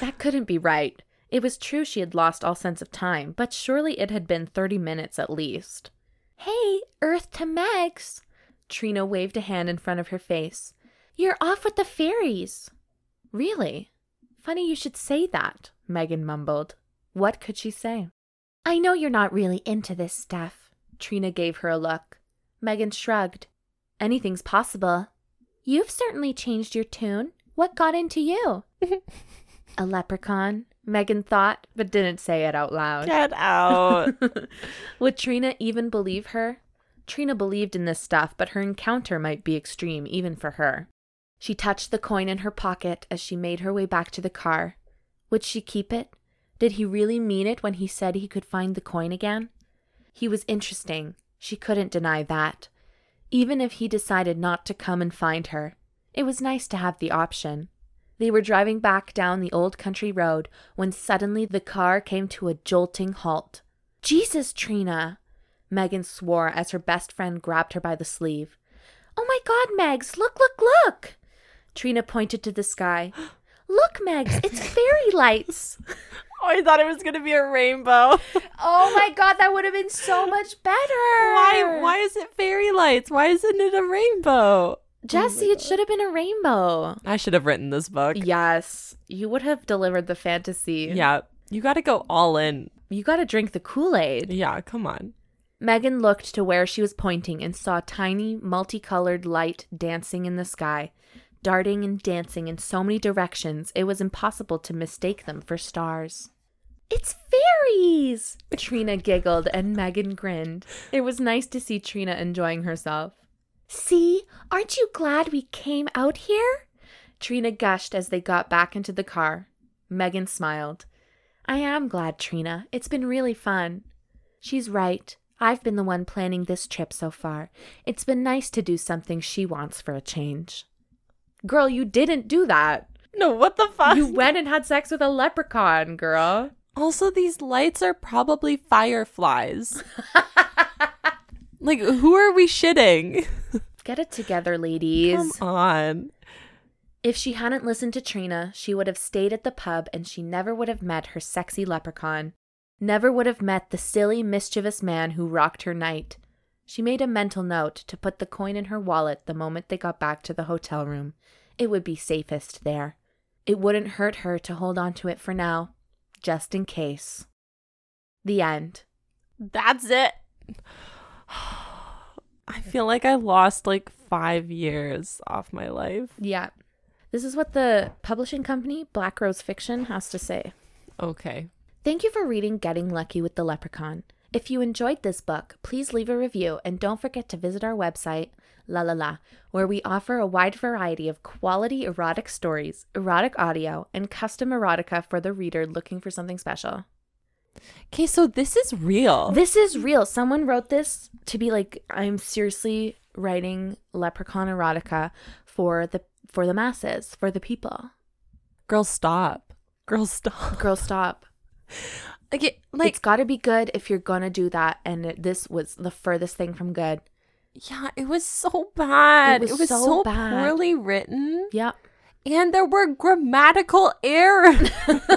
[SPEAKER 2] that couldn't be right. It was true she had lost all sense of time, but surely it had been 30 minutes at least. Hey, Earth to Megs! Trina waved a hand in front of her face. You're off with the fairies! Really? Funny you should say that, Megan mumbled. What could she say? I know you're not really into this stuff. Trina gave her a look. Megan shrugged. Anything's possible. You've certainly changed your tune. What got into you? a leprechaun, Megan thought, but didn't say it
[SPEAKER 1] [laughs]
[SPEAKER 2] out loud.
[SPEAKER 1] Get out.
[SPEAKER 2] [laughs] Would Trina even believe her? Trina believed in this stuff, but her encounter might be extreme even for her. She touched the coin in her pocket as she made her way back to the car. Would she keep it? Did he really mean it when he said he could find the coin again? He was interesting. She couldn't deny that. Even if he decided not to come and find her, it was nice to have the option. They were driving back down the old country road when suddenly the car came to a jolting halt. Jesus, Trina! Megan swore as her best friend grabbed her by the sleeve. Oh my god, Megs, look, look, look! Trina pointed to the sky. [gasps] Look, Megs, [laughs] it's fairy lights!
[SPEAKER 1] oh, I thought it was gonna be a rainbow.
[SPEAKER 2] Oh my god, that would have been so much better!
[SPEAKER 1] why? Why is it fairy lights? Why isn't it a rainbow?
[SPEAKER 2] Jesse, it should have been a rainbow.
[SPEAKER 1] I should have written this book.
[SPEAKER 2] Yes, you would have delivered the fantasy.
[SPEAKER 1] Yeah, you got to go all in.
[SPEAKER 2] You gotta drink the Kool Aid.
[SPEAKER 1] Yeah, come on.
[SPEAKER 2] Megan looked to where she was pointing and saw tiny, multicolored light dancing in the sky, darting and dancing in so many directions it was impossible to mistake them for stars. It's fairies! Trina giggled and Megan grinned. It was nice to see Trina enjoying herself. See, aren't you glad we came out here? Trina gushed as they got back into the car. Megan smiled. I am glad, Trina. It's been really fun. She's right. I've been the one planning this trip so far. It's been nice to do something she wants for a change. Girl, you didn't do that.
[SPEAKER 1] No, what the fuck?
[SPEAKER 2] You went and had sex with a leprechaun, girl.
[SPEAKER 1] also, these lights are probably [laughs] fireflies. like, who are we shitting?
[SPEAKER 2] Get it together, ladies.
[SPEAKER 1] Come on.
[SPEAKER 2] If she hadn't listened to Trina, she would have stayed at the pub and she never would have met her sexy leprechaun. Never would have met the silly, mischievous man who rocked her night. She made a mental note to put the coin in her wallet the moment they got back to the hotel room. It would be safest there. It wouldn't hurt her to hold on to it for now, just in case. The end.
[SPEAKER 1] That's it. [sighs] I feel like I lost like five years off my life.
[SPEAKER 2] Yeah. This is what the publishing company, Black Rose Fiction, has to say.
[SPEAKER 1] Okay.
[SPEAKER 2] Thank you for reading Getting Lucky with the Leprechaun. If you enjoyed this book, please leave a review and don't forget to visit our website, La La La, where we offer a wide variety of quality erotic stories, erotic audio, and custom erotica for the reader looking for something special.
[SPEAKER 1] Okay, so this is real.
[SPEAKER 2] This is real. Someone wrote this to be like, I'm seriously writing leprechaun erotica for the for the masses, for the people.
[SPEAKER 1] Girl, stop. Girl, stop.
[SPEAKER 2] Girl, stop.
[SPEAKER 1] Okay, like,
[SPEAKER 2] it's got to be good if you're gonna do that. And it- this was the furthest thing from good.
[SPEAKER 1] yeah, it was so bad. It was, so,
[SPEAKER 2] bad.
[SPEAKER 1] poorly written.
[SPEAKER 2] Yep.
[SPEAKER 1] And there were grammatical
[SPEAKER 2] [laughs]
[SPEAKER 1] errors. [laughs]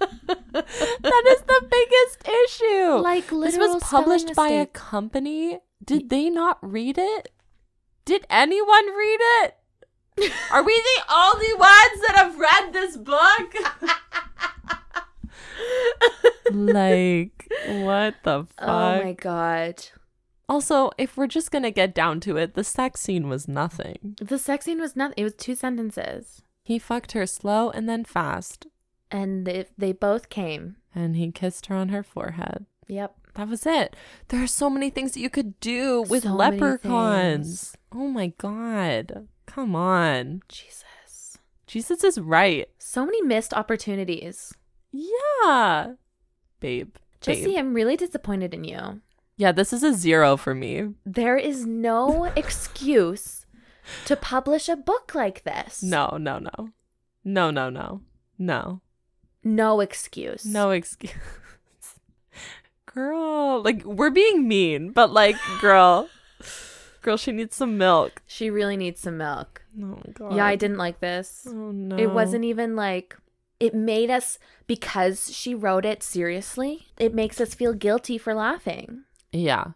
[SPEAKER 1] that is the biggest issue.
[SPEAKER 2] Like
[SPEAKER 1] Oh, this
[SPEAKER 2] literal
[SPEAKER 1] was
[SPEAKER 2] spelling
[SPEAKER 1] published by a
[SPEAKER 2] mistakes.
[SPEAKER 1] company. Did they not read it? Did anyone read it? Are we the only ones that have read this
[SPEAKER 2] [laughs]
[SPEAKER 1] book? like, what the fuck?
[SPEAKER 2] Oh my god.
[SPEAKER 1] also, if we're just gonna get down to it, the sex scene was nothing.
[SPEAKER 2] The sex scene was nothing. It was two sentences,
[SPEAKER 1] He fucked her slow and then fast,
[SPEAKER 2] and they, they both came.
[SPEAKER 1] and he kissed her on her forehead.
[SPEAKER 2] Yep.
[SPEAKER 1] That was it. There are so many things that you could do with
[SPEAKER 2] So many
[SPEAKER 1] leprechauns. Oh my god. Come on.
[SPEAKER 2] Jesus.
[SPEAKER 1] Jesus is right.
[SPEAKER 2] So many missed opportunities.
[SPEAKER 1] Yeah. Babe. Babe.
[SPEAKER 2] Jesse, I'm really disappointed in you.
[SPEAKER 1] yeah, this is a zero for me.
[SPEAKER 2] There is no
[SPEAKER 1] [laughs]
[SPEAKER 2] excuse to publish a book like this.
[SPEAKER 1] No, no, no. No, no, no. No.
[SPEAKER 2] No excuse.
[SPEAKER 1] No excuse. Girl, like we're being mean, but like [laughs] girl. girl, she needs some milk.
[SPEAKER 2] She really needs some milk.
[SPEAKER 1] Oh my god.
[SPEAKER 2] Yeah, I didn't like this.
[SPEAKER 1] Oh no.
[SPEAKER 2] It wasn't even like it made us because she wrote it seriously. It makes us feel guilty for laughing,
[SPEAKER 1] Yeah.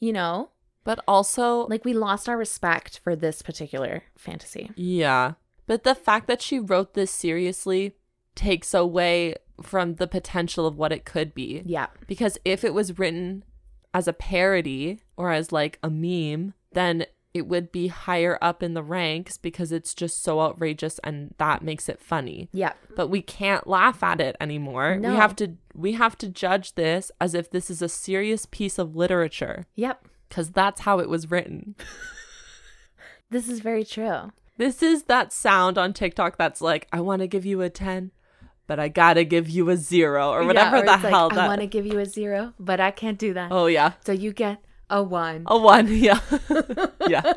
[SPEAKER 2] you know?
[SPEAKER 1] But also
[SPEAKER 2] e- Like we lost our respect for this particular fantasy.
[SPEAKER 1] Yeah. But the fact that she wrote this seriously takes away from the potential of what it could be.
[SPEAKER 2] Yeah.
[SPEAKER 1] Because if it was written as a parody or as like a meme, then it would be higher up in the ranks because it's just so outrageous and that makes it funny.
[SPEAKER 2] Yeah.
[SPEAKER 1] But we can't laugh at it anymore.
[SPEAKER 2] No.
[SPEAKER 1] We have to we have to judge this as if this is a serious piece of literature
[SPEAKER 2] Yep.
[SPEAKER 1] cuz that's how it was written.
[SPEAKER 2] This is very true.
[SPEAKER 1] This is that sound on TikTok that's like, I want to give you a 10, but I gotta give you a zero or
[SPEAKER 2] Yeah,
[SPEAKER 1] whatever
[SPEAKER 2] or
[SPEAKER 1] the
[SPEAKER 2] it's like,
[SPEAKER 1] hell
[SPEAKER 2] I
[SPEAKER 1] that.
[SPEAKER 2] want to give you a zero, but I can't do
[SPEAKER 1] [laughs]
[SPEAKER 2] that.
[SPEAKER 1] Oh, yeah.
[SPEAKER 2] So you get a
[SPEAKER 1] [laughs]
[SPEAKER 2] one.
[SPEAKER 1] A one.
[SPEAKER 2] [laughs]
[SPEAKER 1] Yeah. yeah.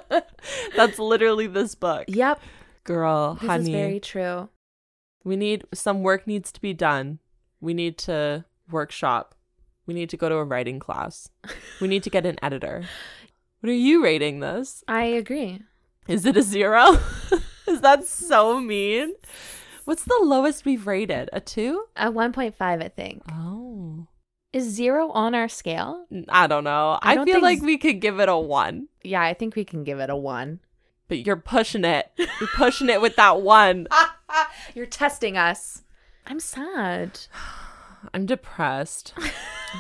[SPEAKER 1] That's literally this book.
[SPEAKER 2] Yep.
[SPEAKER 1] Girl,
[SPEAKER 2] This is
[SPEAKER 1] honey,
[SPEAKER 2] very true.
[SPEAKER 1] we need some work needs to be done. We need to workshop. We need to go to a writing class. We need to get an editor. What are you rating this?
[SPEAKER 2] I agree.
[SPEAKER 1] Is it a zero? [laughs] is that so mean? What's the lowest we've rated? A two?
[SPEAKER 2] A 1.5, I think.
[SPEAKER 1] Oh.
[SPEAKER 2] Is zero on our scale?
[SPEAKER 1] I don't know.
[SPEAKER 2] I
[SPEAKER 1] I,
[SPEAKER 2] don't
[SPEAKER 1] feel like
[SPEAKER 2] think-
[SPEAKER 1] we could give it a one,
[SPEAKER 2] Yeah, I think we can give it a one.
[SPEAKER 1] but you're pushing it. You're pushing it with that one.
[SPEAKER 2] You're testing us. I'm sad.
[SPEAKER 1] I'm depressed.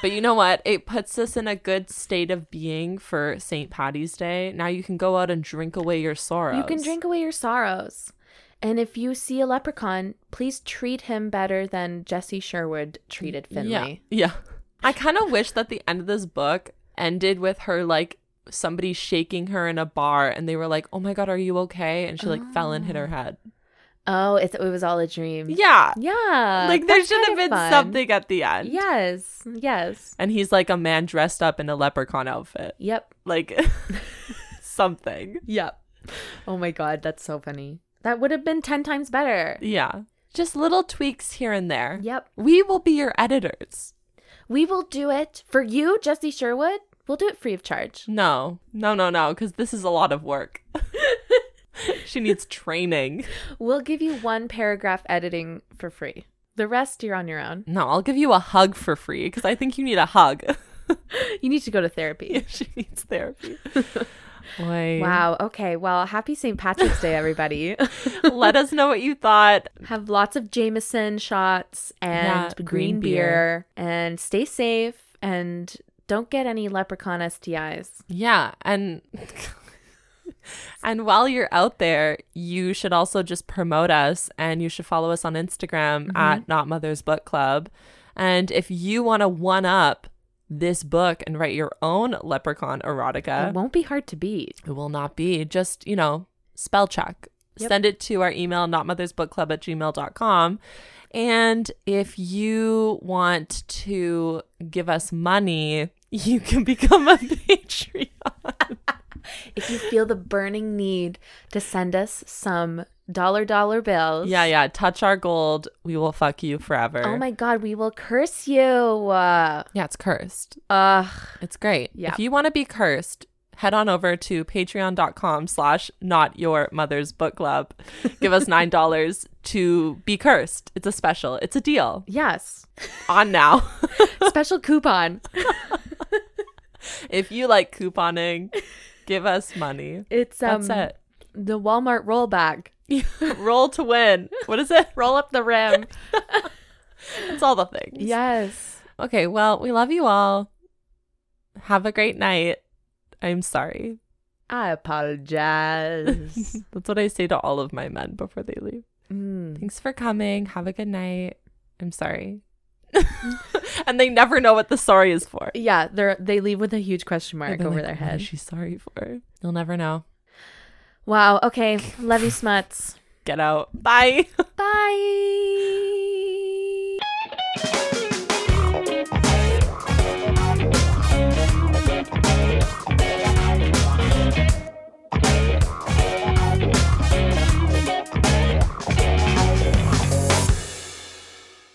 [SPEAKER 1] But you know what? It puts us in a good state of being for St. Patty's Day. Now you can go out and drink away your sorrows.
[SPEAKER 2] You can drink away your sorrows. And if you see a leprechaun, please treat him better than Jesse Sherwood treated Finley.
[SPEAKER 1] Yeah. yeah. I kind of wish that the end of this book ended with her like somebody shaking her in a bar and they were like, "Oh my god, are you okay?" and she like fell and hit her
[SPEAKER 2] Ah.
[SPEAKER 1] head.
[SPEAKER 2] Oh, it's, it was all a dream.
[SPEAKER 1] Yeah.
[SPEAKER 2] Yeah.
[SPEAKER 1] like there
[SPEAKER 2] Uh, that's
[SPEAKER 1] should have
[SPEAKER 2] kind of
[SPEAKER 1] been
[SPEAKER 2] fun.
[SPEAKER 1] something at the end.
[SPEAKER 2] Yes. Yes.
[SPEAKER 1] and he's like a man dressed up in a leprechaun outfit
[SPEAKER 2] Yep.
[SPEAKER 1] like [laughs] something
[SPEAKER 2] Yep. Oh my God. That's so funny. That would have been 10 times better.
[SPEAKER 1] yeah just little tweaks here and there
[SPEAKER 2] Yep.
[SPEAKER 1] we will be your editors
[SPEAKER 2] We will do it for you, Jesse Sherwood. We'll do it free of charge.
[SPEAKER 1] no no no no because this is a lot of work [laughs] she needs training
[SPEAKER 2] We'll give you one paragraph editing for free. The rest you're on your own.
[SPEAKER 1] no i'll give you a hug for free because i think you need a hug [laughs]
[SPEAKER 2] You need to go to therapy.
[SPEAKER 1] she needs therapy Oy.
[SPEAKER 2] Wow. Okay. Well, happy St. Patrick's
[SPEAKER 1] [laughs]
[SPEAKER 2] Day, everybody.
[SPEAKER 1] let us know what you thought
[SPEAKER 2] Have lots of Jameson shots and
[SPEAKER 1] Yeah,
[SPEAKER 2] green,
[SPEAKER 1] green
[SPEAKER 2] beer.
[SPEAKER 1] beer.
[SPEAKER 2] and stay safe and don't get any leprechaun STIs.
[SPEAKER 1] Yeah, and and while you're out there, you should also just promote us and you should follow us on Instagram at Not Mother's Book Club. And if you want to one up this book and write your own leprechaun
[SPEAKER 2] it
[SPEAKER 1] erotica,
[SPEAKER 2] won't be hard to beat.
[SPEAKER 1] it will not be just, you know, spell check.
[SPEAKER 2] Yep.
[SPEAKER 1] Send it to our email, notmothersbookclub at gmail.com. And if you want to give us money, [laughs] you can become a [laughs] Patreon.
[SPEAKER 2] If you feel the burning need to send us some dollar dollar bills.
[SPEAKER 1] Yeah, yeah. Touch our gold. We will fuck you forever.
[SPEAKER 2] Oh my God, we will curse you. Uh,
[SPEAKER 1] Yeah, it's cursed.
[SPEAKER 2] ugh.
[SPEAKER 1] It's great.
[SPEAKER 2] Yeah.
[SPEAKER 1] If you want to be cursed, head on over to patreon.com slash not your mother's book
[SPEAKER 2] [laughs]
[SPEAKER 1] club. Give us nine dollars to be cursed. It's a special. It's a deal.
[SPEAKER 2] Yes.
[SPEAKER 1] On
[SPEAKER 2] [laughs]
[SPEAKER 1] now. [laughs]
[SPEAKER 2] Special coupon.
[SPEAKER 1] if you like couponing, give us money.
[SPEAKER 2] It's um
[SPEAKER 1] That's it.
[SPEAKER 2] the Walmart rollback.
[SPEAKER 1] [laughs] Roll to win. What is it?
[SPEAKER 2] Roll up the rim.
[SPEAKER 1] It's all the things.
[SPEAKER 2] yes.
[SPEAKER 1] Okay, well, we love you all. Have a great night. I'm sorry.
[SPEAKER 2] I apologize. [laughs]
[SPEAKER 1] That's what I say to all of my men before they leave.
[SPEAKER 2] Mm.
[SPEAKER 1] Thanks for coming. Have a good night. I'm sorry. [laughs] and they never know what the sorry is for.
[SPEAKER 2] Yeah, they're they leave with a huge question mark
[SPEAKER 1] They're
[SPEAKER 2] over
[SPEAKER 1] like,
[SPEAKER 2] their
[SPEAKER 1] "What
[SPEAKER 2] head.
[SPEAKER 1] is she sorry for? You'll never know.
[SPEAKER 2] Wow. Okay. Love you, Smuts.
[SPEAKER 1] Get out. Bye.
[SPEAKER 2] Bye.